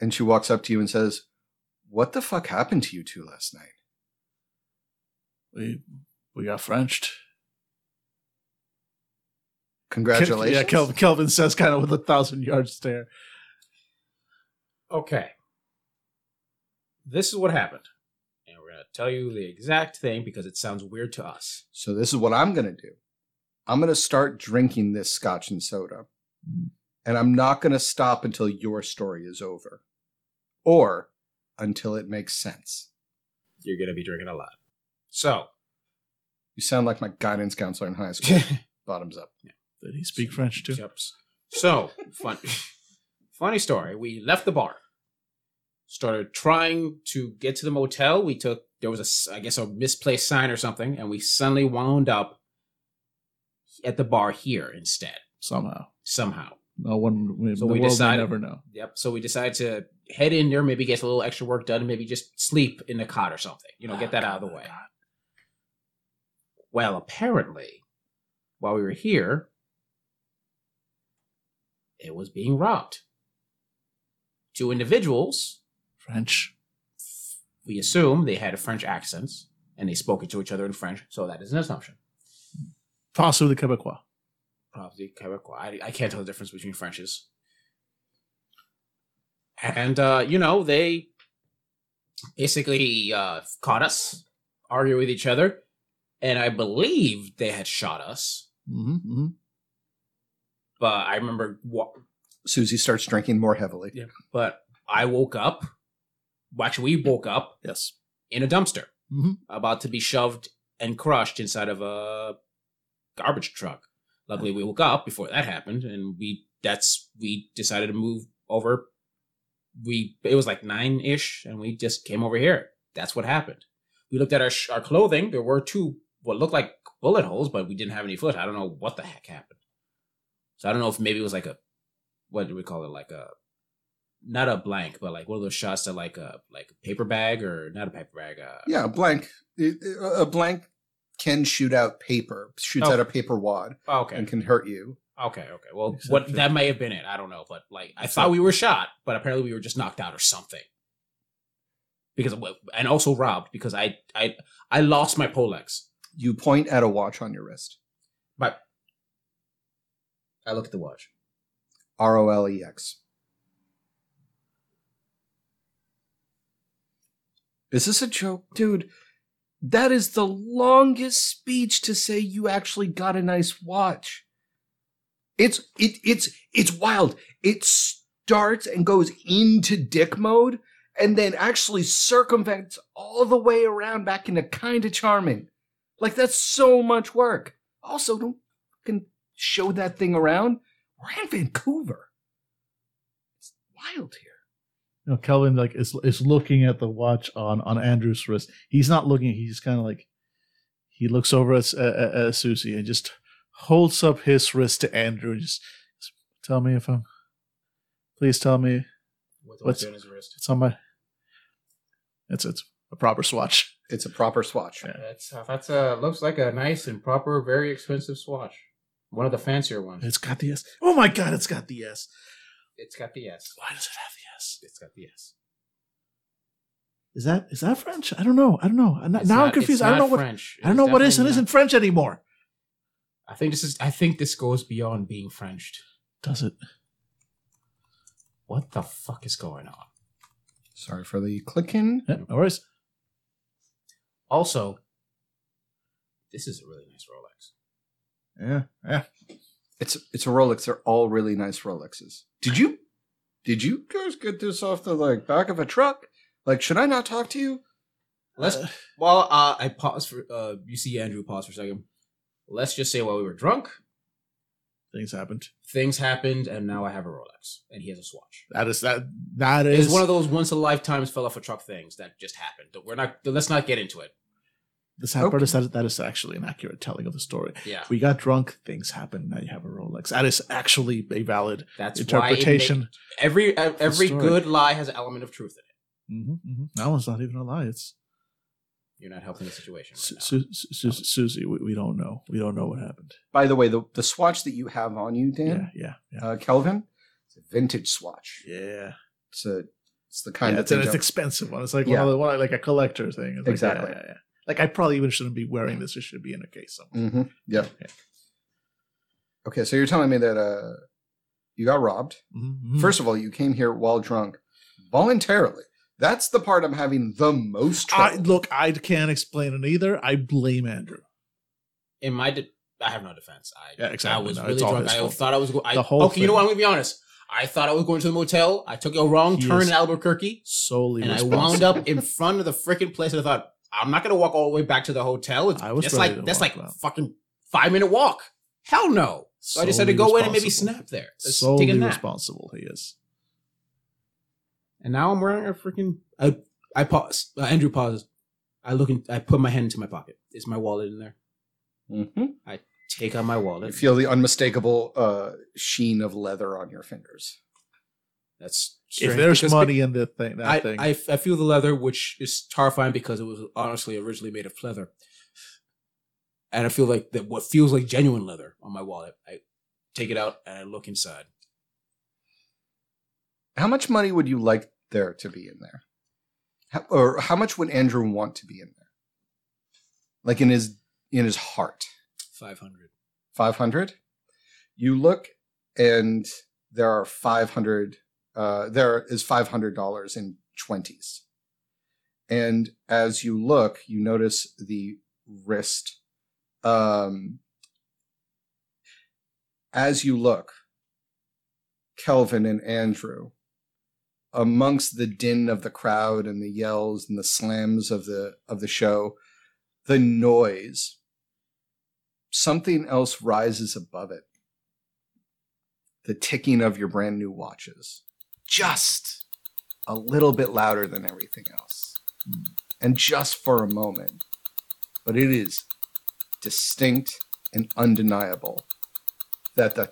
S2: And she walks up to you and says, What the fuck happened to you two last night?
S4: We we got Frenched.
S2: Congratulations.
S4: Yeah, Kelvin, Kelvin says kind of with a thousand yard stare.
S3: Okay. This is what happened. And we're going to tell you the exact thing because it sounds weird to us.
S2: So this is what I'm going to do. I'm going to start drinking this scotch and soda. And I'm not going to stop until your story is over or until it makes sense.
S3: You're going to be drinking a lot. So,
S2: You sound like my guidance counselor in high school. Bottoms up.
S4: Did he speak French too?
S3: Yep. So, fun, funny story. We left the bar, started trying to get to the motel. We took, there was a, s- I guess, a misplaced sign or something, and we suddenly wound up at the bar here instead,
S4: Somehow,
S3: somehow.
S4: no one. We,
S3: So
S4: the
S3: we
S4: world
S3: decided-
S4: will never know.
S3: Yep. So we decided to head in there, maybe get a little extra work done, maybe just sleep in the cot or something. You know, get that out of the way. Well, apparently, while we were here, it was being robbed. Two individuals,
S4: French.
S3: we assume they had French accents and they spoke it to each other in French, so that is an assumption.
S4: Possibly Quebecois.
S3: probably Quebecois. I, I can't tell the difference between Frenches. And uh, you know, they basically uh, caught us arguing with each other, and I believe they had shot us.
S4: Mm-hmm,
S3: But I remember, wa-
S2: Susie starts drinking more heavily.
S3: but I woke up. well, Actually, we woke up
S4: Yes.
S3: in a dumpster,
S4: Mhm.
S3: about to be shoved and crushed inside of a garbage truck. Luckily, we woke up before that happened, and we that's we decided to move over. We it was like nine ish, and we just came over here. That's what happened. We looked at our sh- our clothing. There were two what looked like bullet holes, but we didn't have any foot. I don't know what the heck happened. So I don't know if maybe it was like a what do we call it like a not a blank, but like one of those shots that like a like a paper bag or not a paper bag. Uh,
S2: Yeah, a blank. A blank can shoot out paper, shoots
S3: Oh.
S2: out a paper wad
S3: oh, okay.
S2: and can hurt you.
S3: Okay, okay. Well,
S4: Except
S3: what
S4: for-
S3: that may have been it. I don't know, but like I thought we were shot, but apparently we were just knocked out or something. Because of what- and also robbed because I I I lost my Polex.
S2: You point at a watch on your wrist.
S3: I look at the watch.
S2: R O L E X. Is this a joke? Dude, that is the longest speech to say you actually got a nice watch. It's it it's it's wild. It starts and goes into dick mode and then actually circumvents all the way around back into kind of charming. Like that's so much work. Also, don't fucking show that thing around. We're in Vancouver. It's wild here.
S4: You know, Kelvin like is is looking at the watch on on Andrew's wrist. He's not looking. He's kind of like he looks over at, at, at Susie and just holds up his wrist to Andrew and just, just tell me if I'm. Please tell me
S3: With
S4: What's-
S3: on his wrist.
S4: it's on my. It's it's a proper swatch.
S2: It's a proper swatch.
S4: Yeah.
S3: That's that's uh looks like a nice and proper, very expensive swatch. One of the fancier ones.
S4: It's got the S. Oh my God! It's got the S.
S3: it's got the S.
S4: Why does it have the S?
S3: It's got the S.
S4: Is that is that French? I don't know. I don't know. I'm not, now I'm confused. I don't know what
S3: French.
S4: I don't know what is and isn't French anymore.
S3: I think this is. I think this goes beyond being Frenched.
S4: Does it?
S3: What the fuck is going on?
S2: Sorry for the clicking.
S4: Yeah, no worries.
S3: Also, this is a really nice Rolex.
S4: Yeah, yeah.
S2: It's it's a Rolex. They're all really nice Rolexes. Did you did you guys get this off the like back of a truck? Like, should I not talk to you?
S3: Let's.
S4: Uh,
S3: While uh, I pause for, uh, you see Andrew pause for a second. Let's just say while we were drunk,
S4: things happened.
S3: things happened, and now I have a Rolex, and he has a Swatch.
S4: That is that. That is
S3: It's one of those once a lifetime fell off a truck things that just happened. We're not. Let's not get into it.
S4: the sad part is that that is actually an accurate telling of the story.
S3: Yeah.
S4: We got drunk. Things happened. Now you have a Rolex. complex. That is actually a valid
S3: That's Why it
S4: interpretation.
S3: make- every ev- every
S4: story.
S3: good lie has an element of truth in
S4: hmm hmm That one's not even a lie. It's
S3: it. You're not helping the situation.
S4: Su-
S3: Right now.
S4: Su- Su- Su- Susie. We, we don't know. We don't know what happened.
S2: By the way, the, the swatch that you have on you,
S4: Yeah,
S2: Dan,
S4: yeah, yeah.
S2: uh, Kelvin, it's a vintage swatch.
S4: yeah.
S2: It's a it's the kind
S4: yeah,
S2: of
S4: it's, an
S2: thing.
S4: it's
S2: don't-
S4: expensive one. It's like
S2: Yeah.
S4: one of the one like a collector thing. It's like,
S2: Exactly.
S4: yeah, yeah, yeah. Like I probably even shouldn't be wearing this. It should be in a case somewhere.
S2: Mhm, Yeah.
S4: Yeah.
S2: Okay, so you're telling me that uh, you got robbed.
S4: Mhm.
S2: First of all, you came here while drunk, voluntarily. That's the part I'm having the most trouble.
S4: I, look, I can't explain it either. I blame Andrew.
S3: In my, de- I have no defense. I
S4: Yeah, exactly.
S3: I was
S4: No,
S3: really
S4: it's all
S3: drunk.
S4: his
S3: I
S4: fault.
S3: thought I was. Go- I,
S4: The whole
S3: okay, you know what?
S4: thing.
S3: I'm gonna be honest. I thought I was going to the motel. I took a wrong
S4: He
S3: turn
S4: is-
S3: in Albuquerque,
S4: Solely,
S3: and I
S4: responsible.
S3: wound up in front of the freaking place. And I thought I'm not gonna walk all the way back to the hotel. It's
S4: I was
S3: that's
S4: ready
S3: like
S4: to
S3: that's
S4: walk
S3: like
S4: out.
S3: fucking five minute walk. Hell no. So I just had to
S4: Solely
S3: go in and maybe
S4: responsible.
S3: snap there. Let's take a
S4: solely
S3: nap.
S4: responsible. He is.
S3: And now I'm wearing a freaking. I I pause. Uh, Andrew pauses. I look in. I put my hand into my pocket. Is my wallet in there?
S2: Mhm.
S3: Take out my wallet.
S2: You feel the unmistakable uh, sheen of leather on your fingers.
S3: That's
S4: if
S3: strange
S4: there's
S3: because-
S4: money in the thing, that
S3: I,
S4: thing.
S3: I, I feel the leather, which is terrifying because it was honestly originally made of leather. And I feel like that what feels like genuine leather on my wallet. I take it out and I look inside.
S2: How much money would you like there to be in there? How, or how much would Andrew want to be in there? Like in his in his heart.
S3: 500.
S2: 500 you look and there are 500 uh, there is $500 in 20s and as you look you notice the wrist um, as you look kelvin and andrew amongst the din of the crowd and the yells and the slams of the of the show the noise something else rises above it the ticking of your brand new watches just a little bit louder than everything else and just for a moment but it is distinct and undeniable that the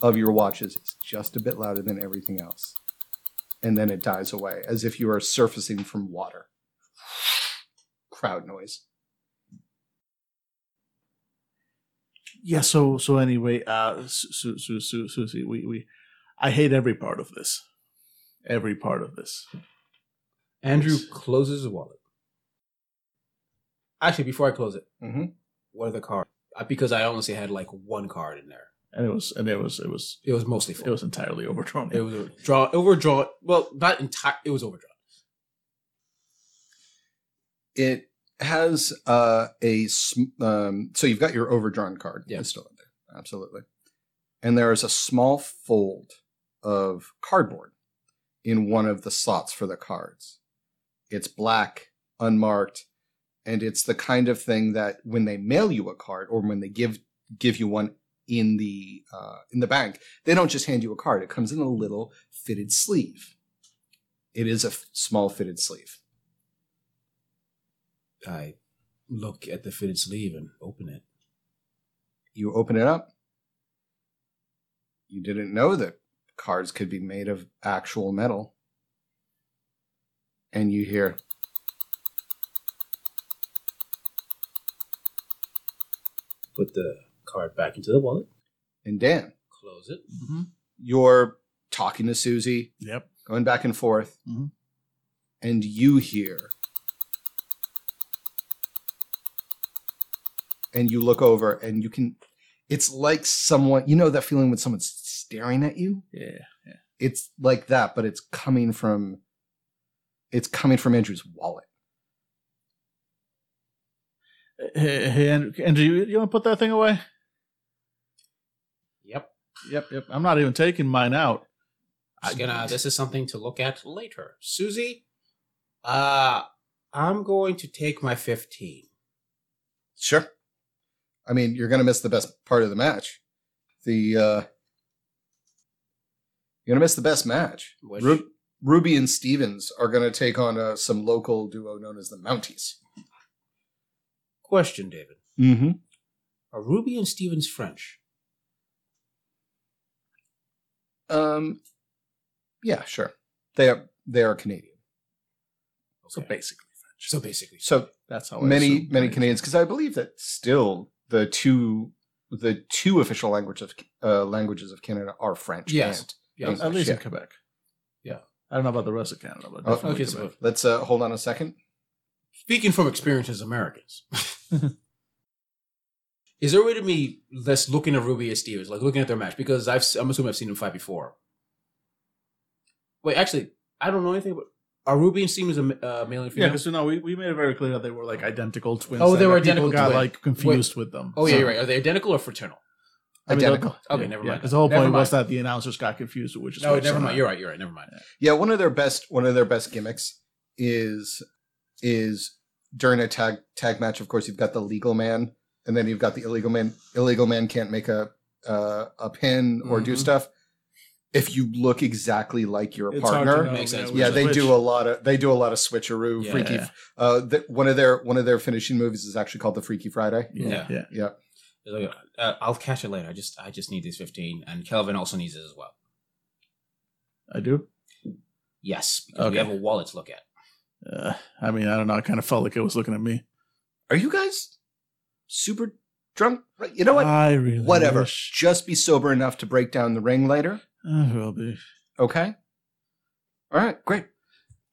S2: of your watches is just a bit louder than everything else and then it dies away as if you are surfacing from water crowd noise
S4: yeah. So so anyway, uh, Su- Su- Su- Susie, we we, I hate every part of this. Every part of this.
S3: Andrew closes his wallet. Actually, before I close it,
S2: Mhm.
S3: what are the cards? Uh, Because I honestly had like one card in there.
S4: And it was and it was it was
S3: It was mostly full.
S4: it was entirely overdrawn.
S3: it was draw overdrawn. Well, not entire. It was overdrawn.
S2: it has uh, a sm- um, so you've got your overdrawn card
S3: Yeah.
S2: it's still in there absolutely and there is a small fold of cardboard in one of the slots for the cards it's black unmarked and it's the kind of thing that when they mail you a card or when they give give you one in the uh, in the bank they don't just hand you a card it comes in a little fitted sleeve it is a f- small fitted sleeve
S3: I look at the fitted sleeve and open it.
S2: you open it up. You didn't know that cards could be made of actual metal. And you hear.
S3: Put the card back into the wallet.
S2: And Dan,
S3: Close it.
S2: you're talking to Susie,
S4: Mm-hmm. Yep.
S2: going back and forth,
S4: Mhm.
S2: and you hear. And you look over, and you can. It's like someone, you know, that feeling when someone's staring at you?
S4: Yeah.
S2: It's like that, but it's coming from. It's coming from Andrew's wallet.
S4: Hey, hey Andrew, Andrew you, you want to put that thing away?
S3: Yep.
S4: Yep, yep. I'm not even taking mine out.
S3: I'm gonna. uh, This is something to look at later. Susie, uh, I'm going to take my 15.
S2: Sure. I mean, you're going to miss the best part of the match. The uh you're going to miss the best match.
S3: Which-
S2: Ru- Ruby and Stevens are going to take on uh, some local duo known as the Mounties.
S3: Question, David.
S2: Mm-hmm.
S3: are Ruby and Stevens French?
S2: Um, yeah, sure. They are they are Canadian.
S4: So basically, French.
S3: So basically,
S2: So
S4: that's how Oh, I
S2: many
S4: assume
S2: many
S4: Canadians-
S2: Canadians, because I believe that still the two the two official language of uh, languages of Canada are French.
S4: Yes.
S2: and
S4: Yeah, at
S2: English,
S4: least in
S2: yeah.
S4: Quebec. Yeah, I don't know about the rest of Canada, but
S2: Oh,
S4: definitely
S3: okay, so-
S4: Quebec.
S2: Let's uh, hold on a second.
S3: speaking from experience as Americans, is there a way to me that's looking at Ruby and Stevens, like looking at their match? Because I've, I'm assuming I've seen them fight before. Wait, actually, I don't know anything about. Are Ruby and Stevens a ma- uh, male and
S4: Yeah,
S3: female?
S4: because no, we, we made it very clear that they were like identical twins.
S3: Oh,
S4: and
S3: they were
S4: that people
S3: identical
S4: Got
S3: twin.
S4: like confused with them.
S3: oh yeah,
S4: So-
S3: you're right. Are they identical or fraternal?
S4: I mean,
S2: Identical.
S4: they're-
S3: Okay, never mind.
S4: Because the whole
S3: Never
S4: point was that the announcers got confused, which is
S3: No,
S4: what
S3: never
S4: said.
S3: mind. You're right. You're right. Never mind.
S2: Yeah, one of their best one of their best gimmicks is is during a tag tag match. Of course, you've got the legal man, and then you've got the illegal man. Illegal man can't make a uh, a pin or do
S3: Mhm.
S4: Mm-hmm.
S2: stuff. If you look exactly like your
S4: It's hard to
S2: partner,
S4: know,
S3: Makes sense.
S4: which
S2: yeah,
S4: is
S2: they
S4: which.
S2: do a lot of they do a lot of switcheroo,
S3: Yeah.
S2: freaky.
S4: Yeah.
S2: Uh, th- one of their one of their finishing moves is actually called the Freaky Friday.
S4: Yeah, yeah.
S2: Yeah,
S3: Uh, I'll catch it later. I just I just need these fifteen, and Kelvin also needs it as well.
S4: I do.
S3: Yes, because we
S4: Okay.
S3: have a wallet to look at.
S4: Uh, I mean, I don't know. I kind of felt like it was looking at me.
S2: are you guys super drunk? Right, You know what?
S4: I really
S2: Whatever.
S4: wish
S2: Just be sober enough to break down the ring later.
S4: I will be.
S2: Okay. All right, great.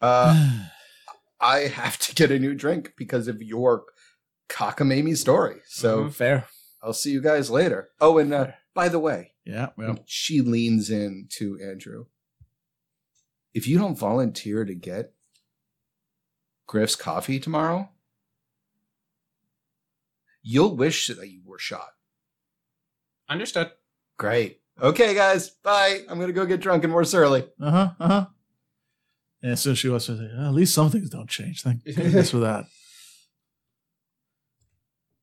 S2: Uh, I have to get a new drink because of your cockamamie story. So
S4: Mm-hmm. fair.
S2: I'll see you guys later. Oh, and uh, by the way,
S4: Yeah. Well,
S2: she leans in to Andrew. If you don't volunteer to get Griff's coffee tomorrow, you'll wish that you were shot.
S3: Understood.
S2: Great. Okay, guys. Bye. I'm gonna go get drunk and worse early.
S4: uh huh, uh huh. And so she was like, "Oh, at least some things don't change. Thank goodness for that.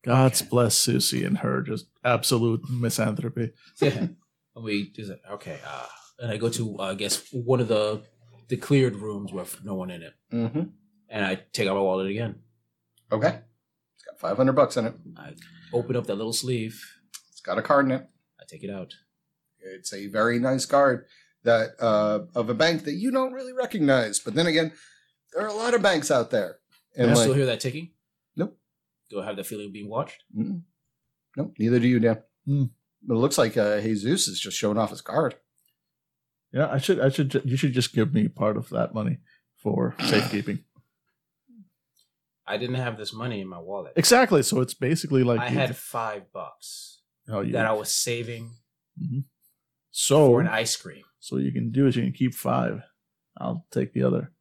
S4: God's bless Susie and her just absolute misanthropy.
S3: Yeah. we is it okay? Uh, and I go to uh, I guess one of the the cleared rooms with no one in it,
S2: Mm-hmm.
S3: and I take out my wallet again.
S2: Okay. It's got 500 bucks in it.
S3: I open up that little sleeve.
S2: It's got a card in it.
S3: I take it out.
S2: It's a very nice card that uh, of a bank that you don't really recognize. But then again, there are a lot of banks out there.
S3: Do
S2: And
S3: I
S2: like,
S3: still hear that ticking?
S2: Nope.
S3: Do I have the feeling of being watched?
S2: mm, nope, neither do you, Dan.
S4: Hmm.
S2: But it looks like uh, Jesus is just showing off his card.
S4: Yeah, I should, I should, ju- you should just give me part of that money for safekeeping.
S3: I didn't have this money in my wallet.
S4: Exactly. So it's basically like
S3: I
S4: you-
S3: had five bucks
S4: how you-
S3: that I was saving for
S4: so
S3: an ice cream.
S4: so what you can do is you can keep five. I'll take the other,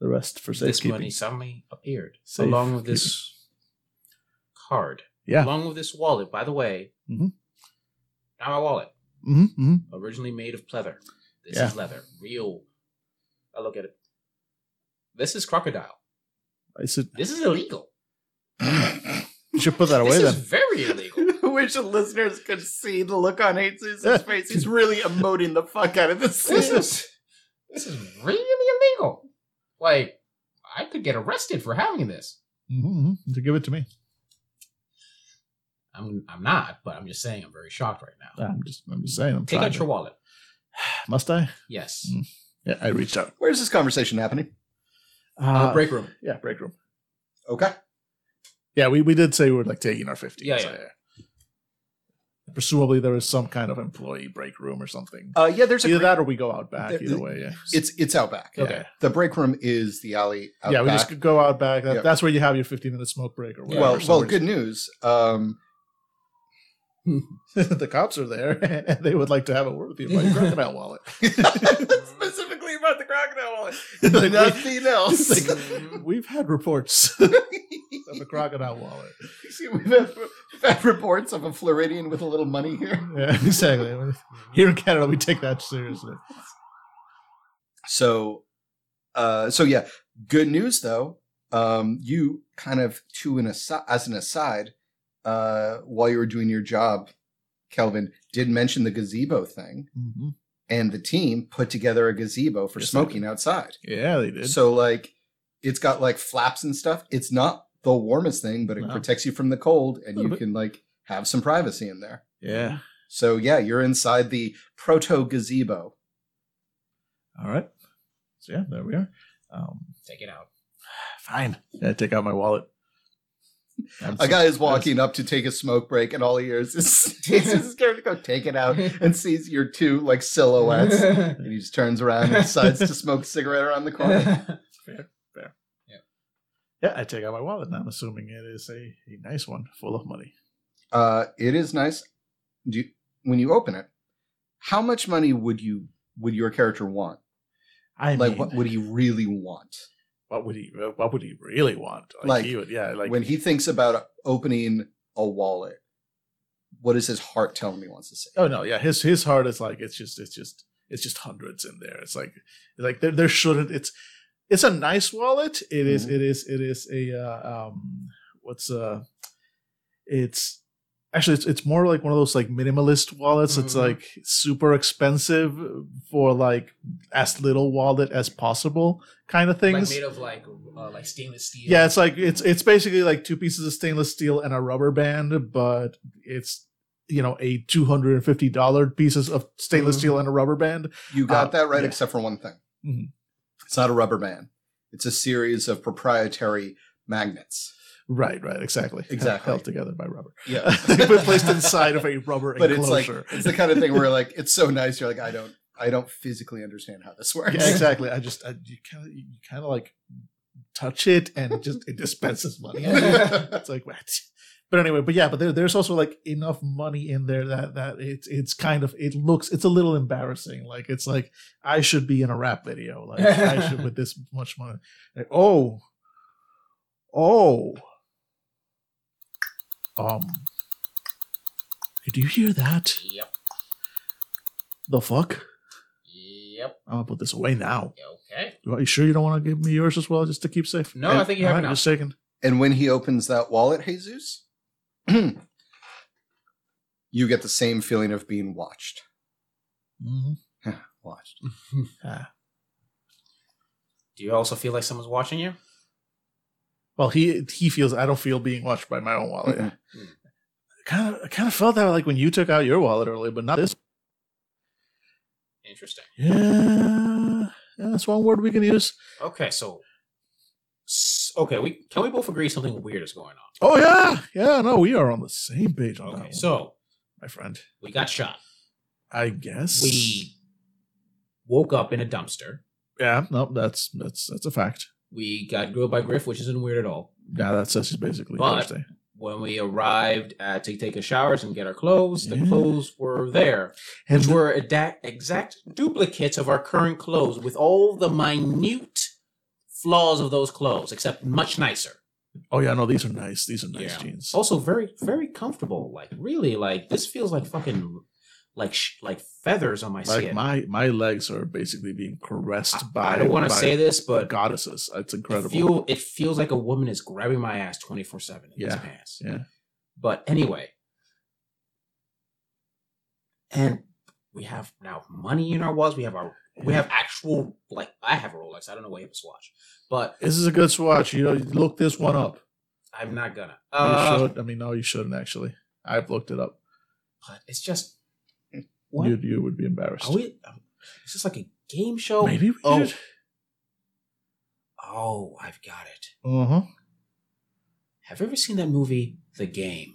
S4: the rest for
S3: This money
S4: safekeeping.
S3: suddenly appeared along with this card,
S4: Yeah.
S3: along with this wallet. By the way,
S4: Mhm.
S3: now my wallet.
S4: hmm hmm
S3: originally made of pleather. This
S4: Yeah.
S3: is leather, real. I look at it. This is crocodile.
S4: I said
S3: This is illegal.
S4: you should put that away
S3: this is
S4: then.
S3: very illegal.
S2: I wish the listeners could see the look on Jesus' face. He's really emoting the fuck out of this
S3: this is this is really illegal. Like I could get arrested for having this.
S4: Mm-hmm. To give it to me.
S3: I'm I'm not, but I'm just saying I'm very shocked right now.
S4: I'm just, I'm just saying. I'm
S3: Take
S4: trying
S3: out
S4: to-
S3: your wallet.
S4: Must I?
S3: Yes.
S4: Mm. Yeah, I reached out.
S2: Where's this conversation happening?
S4: Ah.
S3: Uh, break room.
S4: Yeah, break room.
S2: Okay.
S4: Yeah, we, we did say we were like taking our 50.
S3: Yeah,
S4: so
S3: yeah.
S4: Presumably there was some kind of employee break room or something.
S2: Uh, yeah, there's a
S4: either
S2: great-
S4: that or we go out back.
S2: There-
S4: either way, yeah.
S2: it's it's out back.
S4: Okay.
S2: The break room is the alley out
S4: yeah, we
S2: back.
S4: just go out back. That,
S2: Yeah.
S4: That's where you have your 15 minute smoke break or whatever.
S2: well,
S4: so
S2: well,
S4: we're
S2: good news. Um,
S4: just- the cops are there and they would like to have a word with you about your crocodile wallet.
S2: specifically about the crocodile wallet. Nothing else.
S4: It's like, we've had reports of a crocodile wallet.
S2: See, we've, had, we've had reports of a Floridian with a little money here.
S4: Yeah, exactly. Here in Canada, we take that seriously.
S2: So, uh, so yeah, good news though. Um, you kind of to an aside, as an aside, uh, while you were doing your job, Kelvin did mention the gazebo thing,
S4: Mm-hmm.
S2: and the team put together a gazebo for
S4: Yes, they did.
S2: smoking outside.
S4: Yeah, they did.
S2: So like it's got like flaps and stuff. It's not the warmest thing, but it
S4: No.
S2: protects you from the cold and
S4: Little
S2: you
S4: bit.
S2: can like have some privacy in there.
S4: Yeah.
S2: So yeah, you're inside the proto gazebo.
S4: All right. So yeah, there we are. Um,
S3: Take it out.
S4: fine. Yeah, I take out my wallet. I'm
S2: A guy is walking up to take a smoke break, and all he hears is is his character go take it out and sees your two like silhouettes. And he just turns around and decides to smoke a cigarette around the corner.
S4: Yeah, I take out my wallet, and I'm assuming it is a, a nice one full of money.
S2: Uh, it is nice. Do you, when you open it, how much money would you would your character want?
S4: I
S2: like,
S4: mean,
S2: what would he really want
S4: what would he? What would he really want?
S2: Like,
S4: he would, yeah, like
S2: when he thinks about opening a wallet? What is his heart telling me he wants to say?
S4: Oh no, yeah, his his heart is like it's just it's just it's just hundreds in there. It's like like there there shouldn't. It's it's a nice wallet. It is
S2: Mhm.
S3: Mm-hmm.
S4: it is it is a uh, um what's uh it's actually it's it's more like one of those like minimalist wallets. It's
S3: Mhm.
S4: like super expensive for like as little wallet as possible kind of things.
S3: Like made of like uh, like stainless steel.
S4: yeah, it's like it's it's basically like two pieces of stainless steel and a rubber band, but it's you know a two hundred and fifty dollar pieces of stainless
S2: Mm-hmm.
S4: steel and a rubber band.
S2: You got
S4: Uh,
S2: that right,
S4: yeah.
S2: except for one thing.
S4: Mhm.
S2: It's not a rubber band. It's a series of proprietary magnets.
S4: Right, right, exactly.
S2: Exactly.
S4: held together by rubber,
S2: Yeah,
S4: but placed inside of a rubber
S2: But it's like
S4: enclosure.
S2: it's the kind of thing where like it's so nice. You're like, I don't, I don't physically understand how this works.
S4: yeah, exactly. I just I, you kind of you kind of like touch it and it just it dispenses money. it's like what? But anyway, but yeah, but there, there's also like enough money in there that that it's it's kind of it looks it's a little embarrassing. Like it's like I should be in a rap video. Like I should with this much money. Like, oh, oh, um, do you hear that?
S3: Yep.
S4: The fuck?
S3: Yep.
S4: I'm gonna put this away now.
S3: Okay.
S4: You you sure you don't want to give me yours as well, just to keep safe?
S3: No,
S2: And-
S3: I think you
S4: All
S3: have
S4: right,
S3: enough.
S4: just taking.
S2: And when he opens that wallet, Jesus, you get the same feeling of being watched.
S4: Mm-hmm.
S2: Watched.
S3: Do you also feel like someone's watching you?
S4: Well, he he feels I don't feel being watched by my own wallet.
S2: Mhm.
S4: Kind of, I kind of felt that like when you took out your wallet earlier, but not this.
S3: Interesting.
S4: Yeah, yeah, that's one word we can use.
S3: Okay, so s- okay, we can we both agree something weird is going on.
S4: Oh yeah, yeah. No, we are on the same page on that
S3: Okay,
S4: one,
S3: so
S4: my friend.
S3: we got shot.
S4: I guess
S3: We woke up in a dumpster.
S4: Yeah, no, that's that's that's a fact.
S3: We got grilled by Griff, which isn't weird at all.
S4: Yeah, that's that's basically
S3: But-
S4: Thursday.
S3: When we arrived uh, to take a showers and get our clothes, the
S4: Yeah.
S3: clothes were there,
S4: And
S3: which were ada- exact duplicates of our current clothes with all the minute flaws of those clothes, except much nicer.
S4: oh yeah, no, these are nice. These are nice
S3: Yeah. Oh,
S4: jeans.
S3: also very very comfortable like really like this feels like fucking like sh- like feathers on my
S4: like
S3: skin
S4: my my legs are basically being caressed by.
S3: i don't want to
S4: by
S3: say this but
S4: goddesses. It's
S3: it,
S4: incredible.
S3: feel, it feels like a woman is grabbing my ass 24 7 in
S4: Yeah,
S3: his pants
S4: yeah.
S3: but anyway and we have now money in our wallets we have our we have actual like i have a rolex i don't know why you have a swatch but
S4: This is a good swatch. You know, you look this one up.
S3: i'm not gonna
S4: You
S3: uh,
S4: should. I mean, no, you shouldn't actually. I've looked it up.
S3: but it's just what
S4: You you would be embarrassed.
S3: are we um, is this like a game show
S4: Maybe we
S3: oh.
S4: should.
S3: Oh, I've got it.
S4: Uh huh.
S3: Have you ever seen that movie, The Game?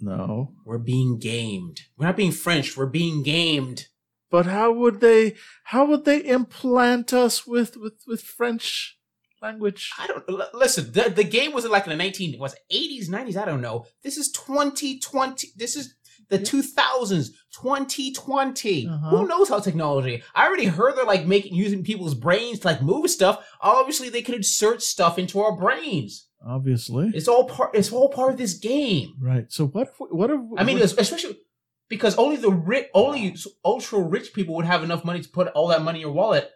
S4: No.
S3: We're being gamed. We're not being French. We're being gamed.
S4: But how would they? How would they implant us with with with French language?
S3: I don't l- listen. The, the game was like in the nineteen was eighties, nineties. I don't know. This is twenty twenty. This is the two thousands, twenty twenty.
S4: Uh-huh.
S3: Who knows how technology? I already heard they're like making using people's brains to like move stuff. Obviously, they could insert stuff into our brains.
S4: Obviously.
S3: It's all part. It's all part of this game.
S4: right. So what if? We, what if?
S3: I mean,
S4: what-
S3: especially because only the rich, only ultra rich people would have enough money to put all that money in your wallet.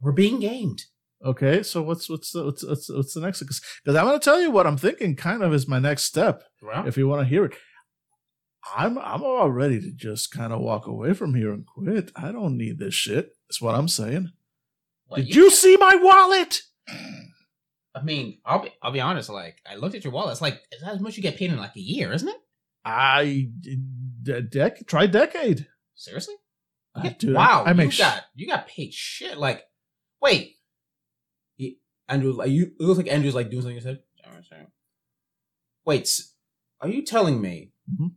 S3: We're being gamed.
S4: okay. So what's what's the, what's what's, what's the next? Because I'm going to tell you what I'm thinking. Kind of is my next step.
S3: Right?
S4: if you want to hear it. I'm I'm all ready to just kind of walk away from here and quit. I don't need this shit. That's what I'm saying.
S3: Like,
S4: Did you see my wallet?
S3: I mean, I'll be, I'll be honest. Like, I looked at your wallet. It's like it's not as much you get paid in like a year, isn't it?
S4: I a dec try decade.
S3: Seriously?
S4: I
S3: Yeah,
S4: do that.
S3: wow,
S4: I make
S3: you
S4: sh-
S3: got you got paid shit. Like, wait, You- Andrew, like you it looks like Andrew's like doing something. You said, Sorry, sorry. wait, s- are you telling me
S4: Mhm.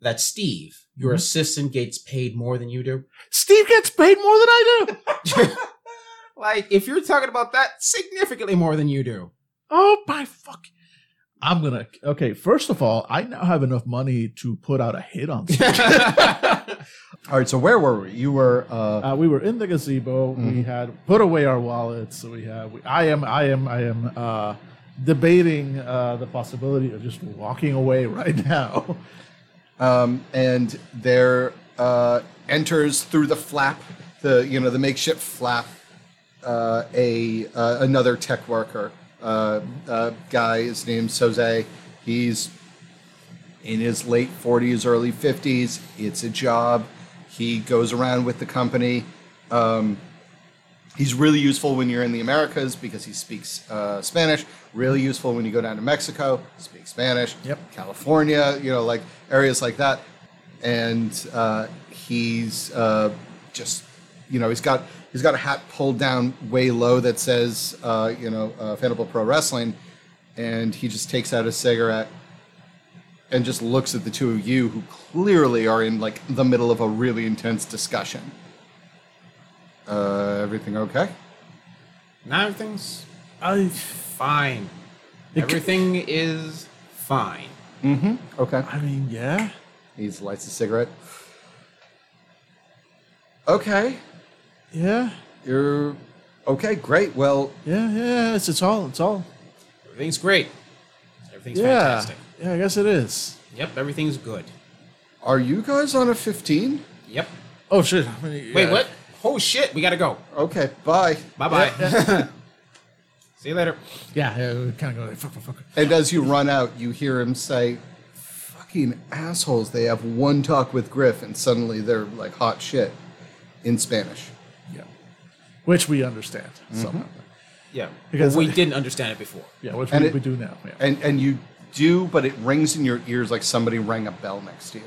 S3: that Steve, your
S4: Mhm.
S3: assistant, gets paid more than you do?
S4: Steve gets paid more than I do.
S3: like, if you're talking about that, significantly more than you do.
S4: Oh my fuck! I'm gonna okay. First of all, I now have enough money to put out a hit on. Steve.
S2: All right, so where were we? You were uh,
S4: Uh, we were in the gazebo. We
S2: Mhm.
S4: had put away our wallets. So we have. We, I am. I am. I am uh, debating uh, the possibility of just walking away right now.
S2: um, and there uh, enters through the flap, the you know the makeshift flap, uh, a uh, another tech worker uh, uh, guy. His name's Jose. He's in his late 40s, early 50s. It's a job. He goes around with the company. Um, he's really useful when you're in the Americas because he speaks uh, Spanish. Really useful when you go down to Mexico, speak Spanish.
S4: Yep.
S2: California, you know, like areas like that. And uh, he's uh, just, you know, he's got he's got a hat pulled down way low that says, uh, you know, uh, Fanable Pro Wrestling, and he just takes out a cigarette and just looks at the two of you who clearly are in like the middle of a really intense discussion. Uh, everything okay?
S3: now everything's
S4: I.
S3: fine.
S4: It-
S3: Everything is fine.
S2: Mm-hmm. Okay.
S4: I mean, yeah.
S2: He just lights a cigarette. Okay.
S4: Yeah.
S2: You're okay. Great. Well,
S4: Yeah. Yeah. It's, it's all. It's all.
S3: Everything's great. Everything's
S4: yeah.
S3: fantastic.
S4: Yeah. I guess it is.
S3: Yep, everything's good.
S2: are you guys on a fifteen?
S3: Yep.
S4: Oh shit! I mean,
S3: Wait,
S4: yeah.
S3: what? Oh shit, we gotta go.
S2: Okay. Bye.
S3: Bye bye. See you later.
S4: Yeah. yeah we kind of go. Fuck. Fuck. Fuck.
S2: And as you run out, you hear him say, "Fucking assholes!" They have one talk with Griff, and suddenly they're like hot shit in Spanish.
S4: Yeah. Which we understand
S2: Mm-hmm.
S4: somehow.
S3: Yeah.
S4: Because-
S3: Because we didn't understand it before.
S4: Yeah. Which
S2: And
S4: we,
S2: it-
S4: we do now. Yeah.
S2: and and you do, but it rings in your ears like somebody rang a bell next to you.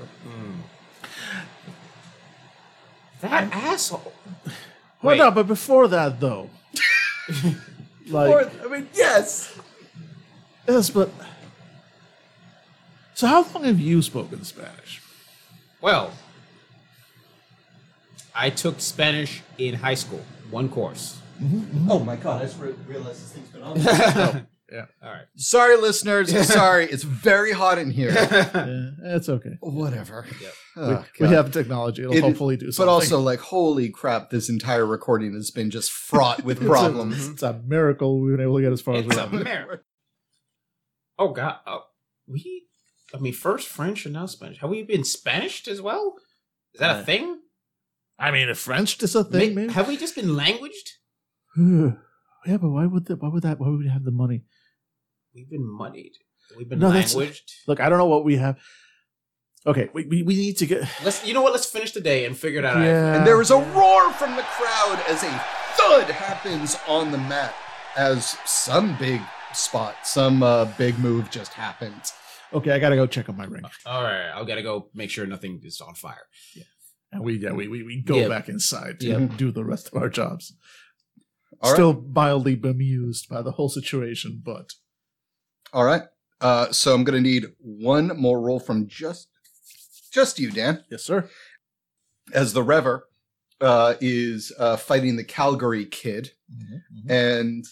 S3: That asshole.
S4: Well,
S3: Wait.
S4: no, but before that though. like.
S2: I mean, yes.
S4: Yes, but. So, how long have you spoken Spanish?
S3: Well, I took Spanish in high school, one course.
S2: Oh my god, I just re- realized this thing's been on.
S4: Yeah.
S3: All right.
S2: sorry, listeners. Sorry, it's very hot in here.
S4: it's okay.
S2: Whatever.
S3: Yep.
S2: Oh,
S4: we, we
S2: God.
S4: have technology. It'll
S2: It-
S4: hopefully do something.
S2: But also, like, holy crap! This entire recording has been just fraught with problems.
S4: It's a, miracle we've been able to get as far as
S3: It's
S4: we
S3: a
S4: are.
S3: miracle. Oh God, oh, we. I mean, first French and now Spanish. Have we been Spanished as well? Is that
S4: Uh,
S3: a thing?
S4: I mean, if French is a thing,
S3: Ma-
S4: maybe.
S3: Have we just been languaged?
S4: yeah, but why would that? Why would that? Why would we have the money?
S3: We've been muddied. We've been
S4: No, that's-
S3: languaged.
S4: Look, I don't know what we have. Okay, we, we, we need to get.
S3: Let's. You know what? Let's finish the day and figure it out.
S4: yeah,
S2: And there is a roar from the crowd as a thud happens on the mat as some big spot, some uh, big move just happens.
S4: okay. I gotta go check on my ring,
S3: All right, I gotta go make sure nothing is on fire.
S4: and we yeah we we, we go
S3: Yeah.
S4: back inside to
S2: Yeah.
S4: do the rest of our jobs.
S2: All right.
S4: Still mildly bemused by the whole situation, but
S2: All right. Uh, so I'm going to need one more roll from just just you, Dan,
S4: yes, sir.
S2: as the Rever uh, is uh, fighting the Calgary Kid, Mm-hmm.
S4: Mm-hmm.
S2: and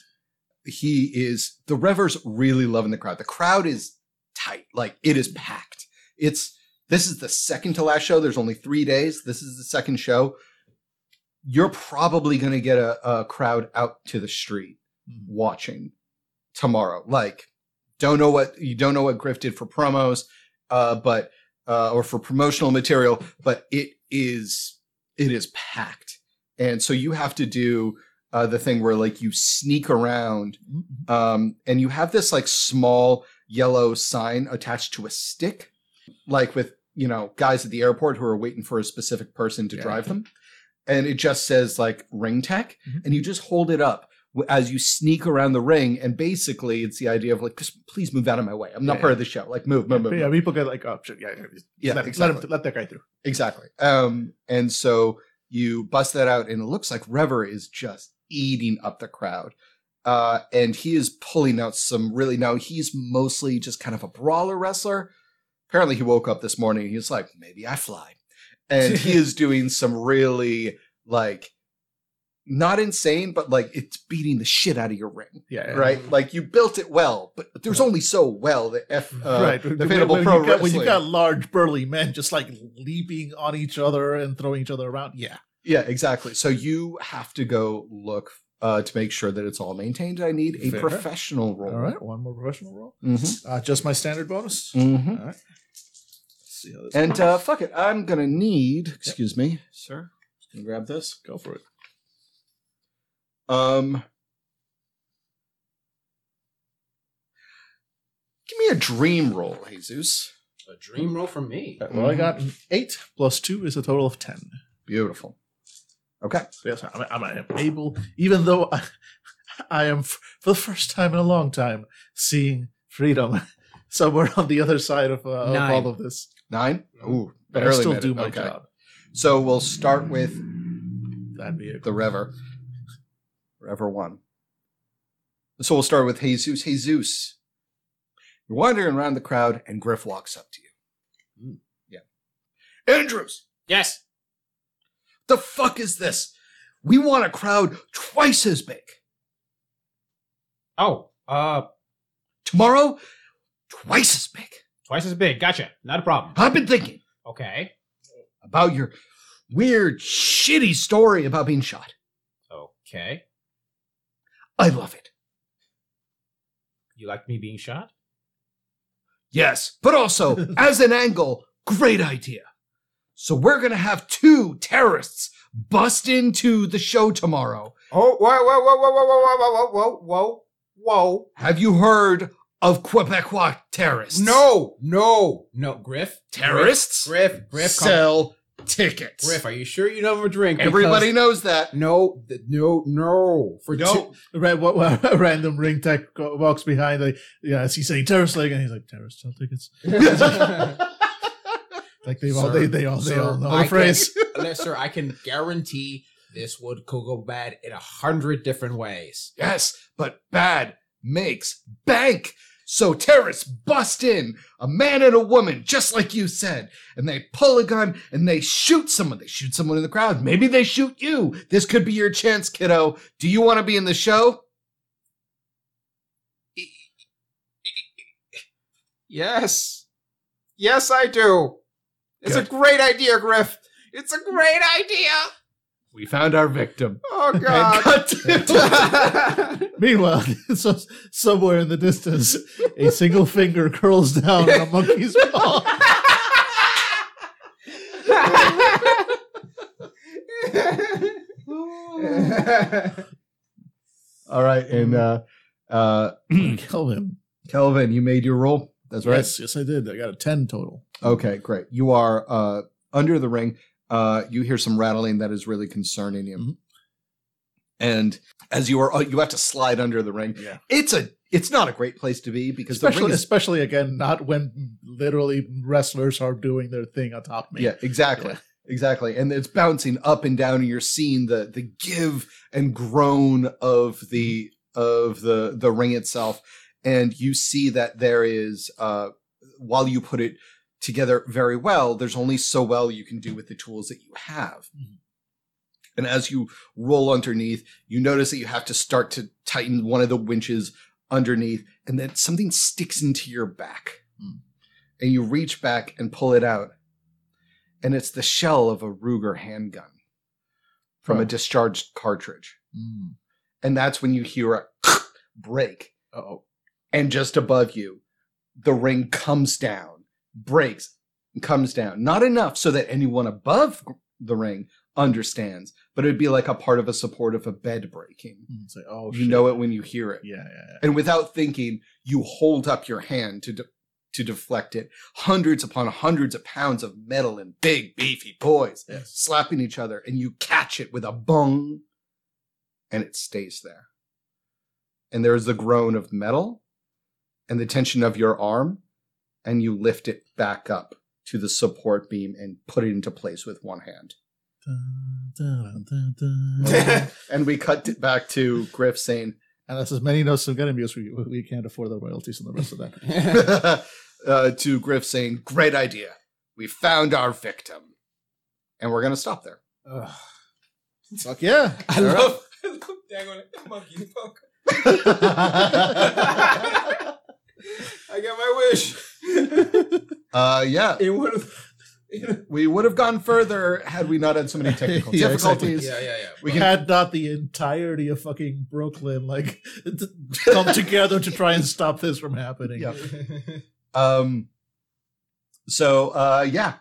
S2: he is the Rever's really loving the crowd. The crowd is tight, like it is packed. It's this is the second to last show. There's only three days. This is the second show. You're probably going to get a, a crowd out to the street
S4: Mhm.
S2: watching tomorrow. Like, don't know what you don't know what Griff did for promos, uh, but uh, or for promotional material, but it is it is packed, and so you have to do uh, the thing where like you sneak around,
S4: Mhm.
S2: um, and you have this like small yellow sign attached to a stick, like with you know guys at the airport who are waiting for a specific person to
S4: Yeah.
S2: drive them, and it just says like ring tech,
S4: Mhm.
S2: and you just hold it up w- as you sneak around the ring. And basically, it's the idea of like, just please move out of my way. I'm not
S4: Yeah,
S2: part of the show. Like, move, move, move.
S4: yeah,
S2: move.
S4: people get like, oh shit, yeah, yeah,
S2: mm-hmm. Yeah,
S4: let, let,
S2: exactly.
S4: him, let that guy through.
S2: Exactly. Um, and so you bust that out, and it looks like Rever is just eating up the crowd. Uh, and he is pulling out some really now he's mostly just kind of a brawler wrestler. Apparently, he woke up this morning and he's like, maybe I fly. And he is doing some really like not insane, but like it's beating the shit out of your ring,
S4: Yeah, yeah.
S2: right? Like you built it well, but there's only so well that F uh,
S4: right.
S2: the Fable
S4: you
S2: Pro
S4: got, when you
S2: Wrestling.
S4: got large burly men just like leaping on each other and throwing each other around, yeah,
S2: Yeah, exactly. So you have to go look uh, to make sure that it's all maintained. I need a
S4: Fair.
S2: professional role.
S4: All right, one more professional roll.
S2: Mhm.
S4: Uh, just my standard bonus.
S2: Mhm.
S4: All right. Let's see how this
S2: And uh, fuck it, I'm gonna need. Excuse me.
S4: sir.
S2: Can you grab this.
S4: Go for it.
S2: Um, give me a dream roll, Jesus.
S3: A
S4: Mm.
S3: dream roll from me.
S4: All right, well, I got an eight plus two is a total of ten.
S2: Beautiful. Okay.
S4: So yes, I'm, I'm, I am able, even though I, I am f- for the first time in a long time seeing freedom somewhere on the other side of, uh, of
S3: Nine.
S4: all of this.
S2: Nine. Ooh,
S4: But I
S2: barely
S4: still
S2: made
S4: do
S2: it.
S4: my
S2: Okay.
S4: job.
S2: So we'll start with
S4: That'd be it.
S2: the Rever. Rever one. So we'll start with Jesus. Jesus. You're wandering around the crowd, and Griff walks up to you. Yeah. Andrews,
S3: Yes.
S2: the fuck is this? We want a crowd twice as big.
S3: Oh, uh,
S2: Tomorrow, twice as big.
S3: twice as big. Gotcha. Not a problem.
S2: I've been thinking
S3: Okay.
S2: about your weird, shitty story about being shot.
S3: Okay.
S2: I love it.
S3: You like me being shot?
S2: Yes, but also as an angle, great idea. So we're gonna have two terrorists bust into the show tomorrow.
S3: Oh, whoa, whoa, whoa, whoa, whoa, whoa, whoa, whoa, whoa, whoa.
S2: Have you heard of Quebecois terrorists?
S3: No, no, no. Griff?
S2: terrorists
S3: Griff, Griff, come-
S2: sell tickets.
S3: Griff, are you sure you don't have a drink? Because-
S2: Everybody knows that.
S3: No, th- no, no. For two-
S2: No,
S4: Ra- wa- wa- random ring tech go- walks behind. Like, yeah, he's saying terrorist leg, and he's like terrorist sell tickets. Like they all,
S3: Sir,
S4: they, they all, they
S3: sir,
S4: all know
S3: I
S4: the
S3: can-
S4: phrase.
S3: Unless, sir, I can guarantee this would could go bad in a hundred different ways.
S2: yes, but bad makes bank. So terrorists bust in, a man and a woman, just like you said, and they pull a gun and they shoot someone. They shoot someone in the crowd. Maybe they shoot you. This could be your chance, kiddo. Do you want to be in the show?
S3: Yes, yes, I do. It's a great idea, Griff. It's a great idea.
S2: We found our victim.
S3: Oh
S2: And cut to-
S4: Meanwhile, so, somewhere in the distance, a single finger curls down on a monkey's paw.
S2: All right, and uh, uh,
S4: Kelvin.
S2: Kelvin, you made your roll. That's right.
S4: Yes, yes, I did. I got a ten total.
S2: Okay, great. You are uh, under the ring. Uh, you hear some rattling that is really concerning him.
S4: Mhm.
S2: And as you are, oh, you have to slide under the ring.
S4: Yeah.
S2: It's a, it's not a great place to be because the
S4: Especially,
S2: ring is.
S4: especially again, not when literally wrestlers are doing their thing on top of me.
S2: Yeah, exactly,
S4: Yeah.
S2: exactly. And it's bouncing up and down, and you're seeing the the give and groan of the of the the ring itself, and you see that there is, uh, while you put it together very well, there's only so well you can do with the tools that you have.
S4: Mm-hmm.
S2: And as you roll underneath, you notice that you have to start to tighten one of the winches underneath, and then something sticks into your back.
S4: Hmm.
S2: And you reach back and pull it out. And it's the shell of a Ruger handgun from a
S4: Huh.
S2: discharged cartridge.
S4: Mm.
S2: And that's when you hear a break.
S4: Uh-oh.
S2: And just above you, the ring comes down, breaks, and comes down. Not enough so that anyone above the ring understands, but it'd be like a part of a support of a bed breaking.
S4: Mm, It's like, oh,
S2: you
S4: shit.
S2: know it when you hear it.
S4: Yeah, yeah,
S2: And without thinking, you hold up your hand to de- to deflect it. Hundreds upon hundreds of pounds of metal and big beefy boys
S4: Yes.
S2: slapping each other, and you catch it with a bung, and it stays there. and there is the groan of metal and the tension of your arm, and you lift it back up to the support beam and put it into place with one hand. And we cut it back to Griff saying,
S4: and that's as many notes of getting because we, we can't afford the royalties on the rest of that.
S2: uh, to Griff saying, "Great idea. We found our victim, and we're gonna stop there."
S4: Ugh. Fuck yeah.
S3: I love. I love Dagon. Monkey, fuck. I got my wish.
S2: Uh, yeah,
S3: In one of the, in a-
S2: we would have gone further had we not had so many technical
S4: Yeah, exactly.
S2: difficulties.
S3: yeah, yeah, yeah.
S4: We had not the entirety of fucking Brooklyn like t- come together to try and stop this from happening.
S2: Yeah. Um, so uh, yeah,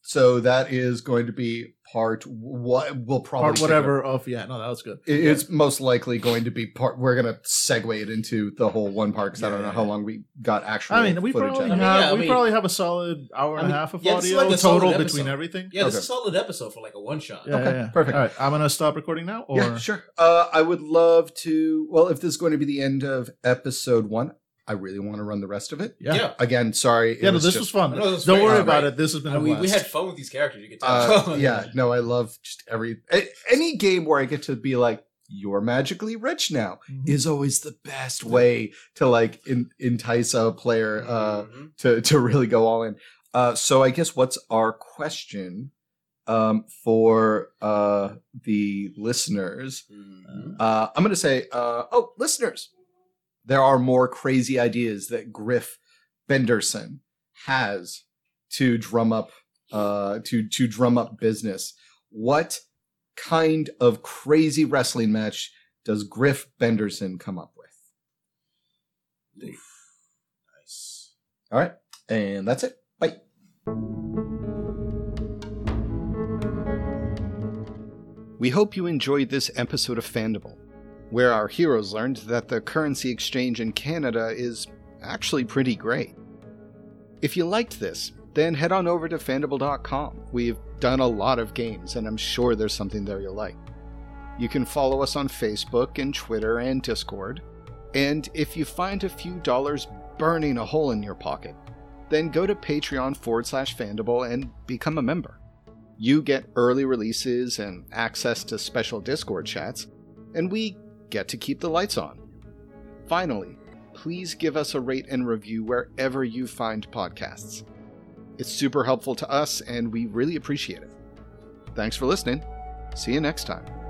S2: so that is going to be part. What we'll probably
S4: Part whatever of yeah, no, that was good.
S2: It- It's most likely going to be part. We're gonna segue it into the whole one part because I don't know how long we got actual.
S4: I mean, we
S2: footage
S4: probably
S2: out of it.
S3: I mean,
S4: have,
S3: yeah,
S4: we
S3: we-
S4: probably have a solid hour and
S3: I mean,
S4: a half of
S3: yeah, it's
S4: audio
S3: like a solid
S4: total
S3: episode.
S4: between everything.
S3: Yeah, this
S2: Okay.
S3: is a solid episode for like a one shot.
S4: Yeah,
S2: Okay,
S4: yeah, yeah.
S2: perfect.
S4: All right, I'm gonna stop recording now. Or
S2: Yeah, sure. Uh, I would love to. Well, if this is going to be the end of episode one, I really want to run the rest of it.
S4: yeah, yeah.
S3: Yeah.
S2: Again, sorry. it
S4: no, this
S2: just-
S4: was fun.
S3: No, this was
S4: Don't
S3: great.
S4: worry
S3: Uh,
S4: about
S3: right.
S4: it. This has been a
S3: Uh, we, we
S4: blast.
S3: had fun with these characters. You could tell.
S2: Uh, yeah, no, I love just every a- any game where I get to be like, "You're magically rich now"
S4: Mhm.
S2: is always the best way to like in, entice a player uh,
S3: Mhm.
S2: to to really go all in. Uh, so I guess what's our question um, for uh, the listeners?
S3: Mhm.
S2: Uh, I'm going to say, uh, oh, listeners, there are more crazy ideas that Griff Benderson has to drum up uh, to to drum up business. What kind of crazy wrestling match does Griff Benderson come up with?
S3: Nice.
S2: All right, and that's it. Bye.
S1: We hope you enjoyed this episode of Fandible, where our heroes learned that the currency exchange in Canada is actually pretty great. If you liked this, then head on over to fandible.com. We've done a lot of games, and I'm sure there's something there you'll like. You can follow us on Facebook and Twitter and Discord. And if you find a few dollars burning a hole in your pocket, then go to patreon forward slash fandible and become a member. You get early releases and access to special Discord chats, and we get to keep the lights on. Finally, please give us a rate and review wherever you find podcasts. It's super helpful to us, and we really appreciate it. Thanks for listening. See you next time.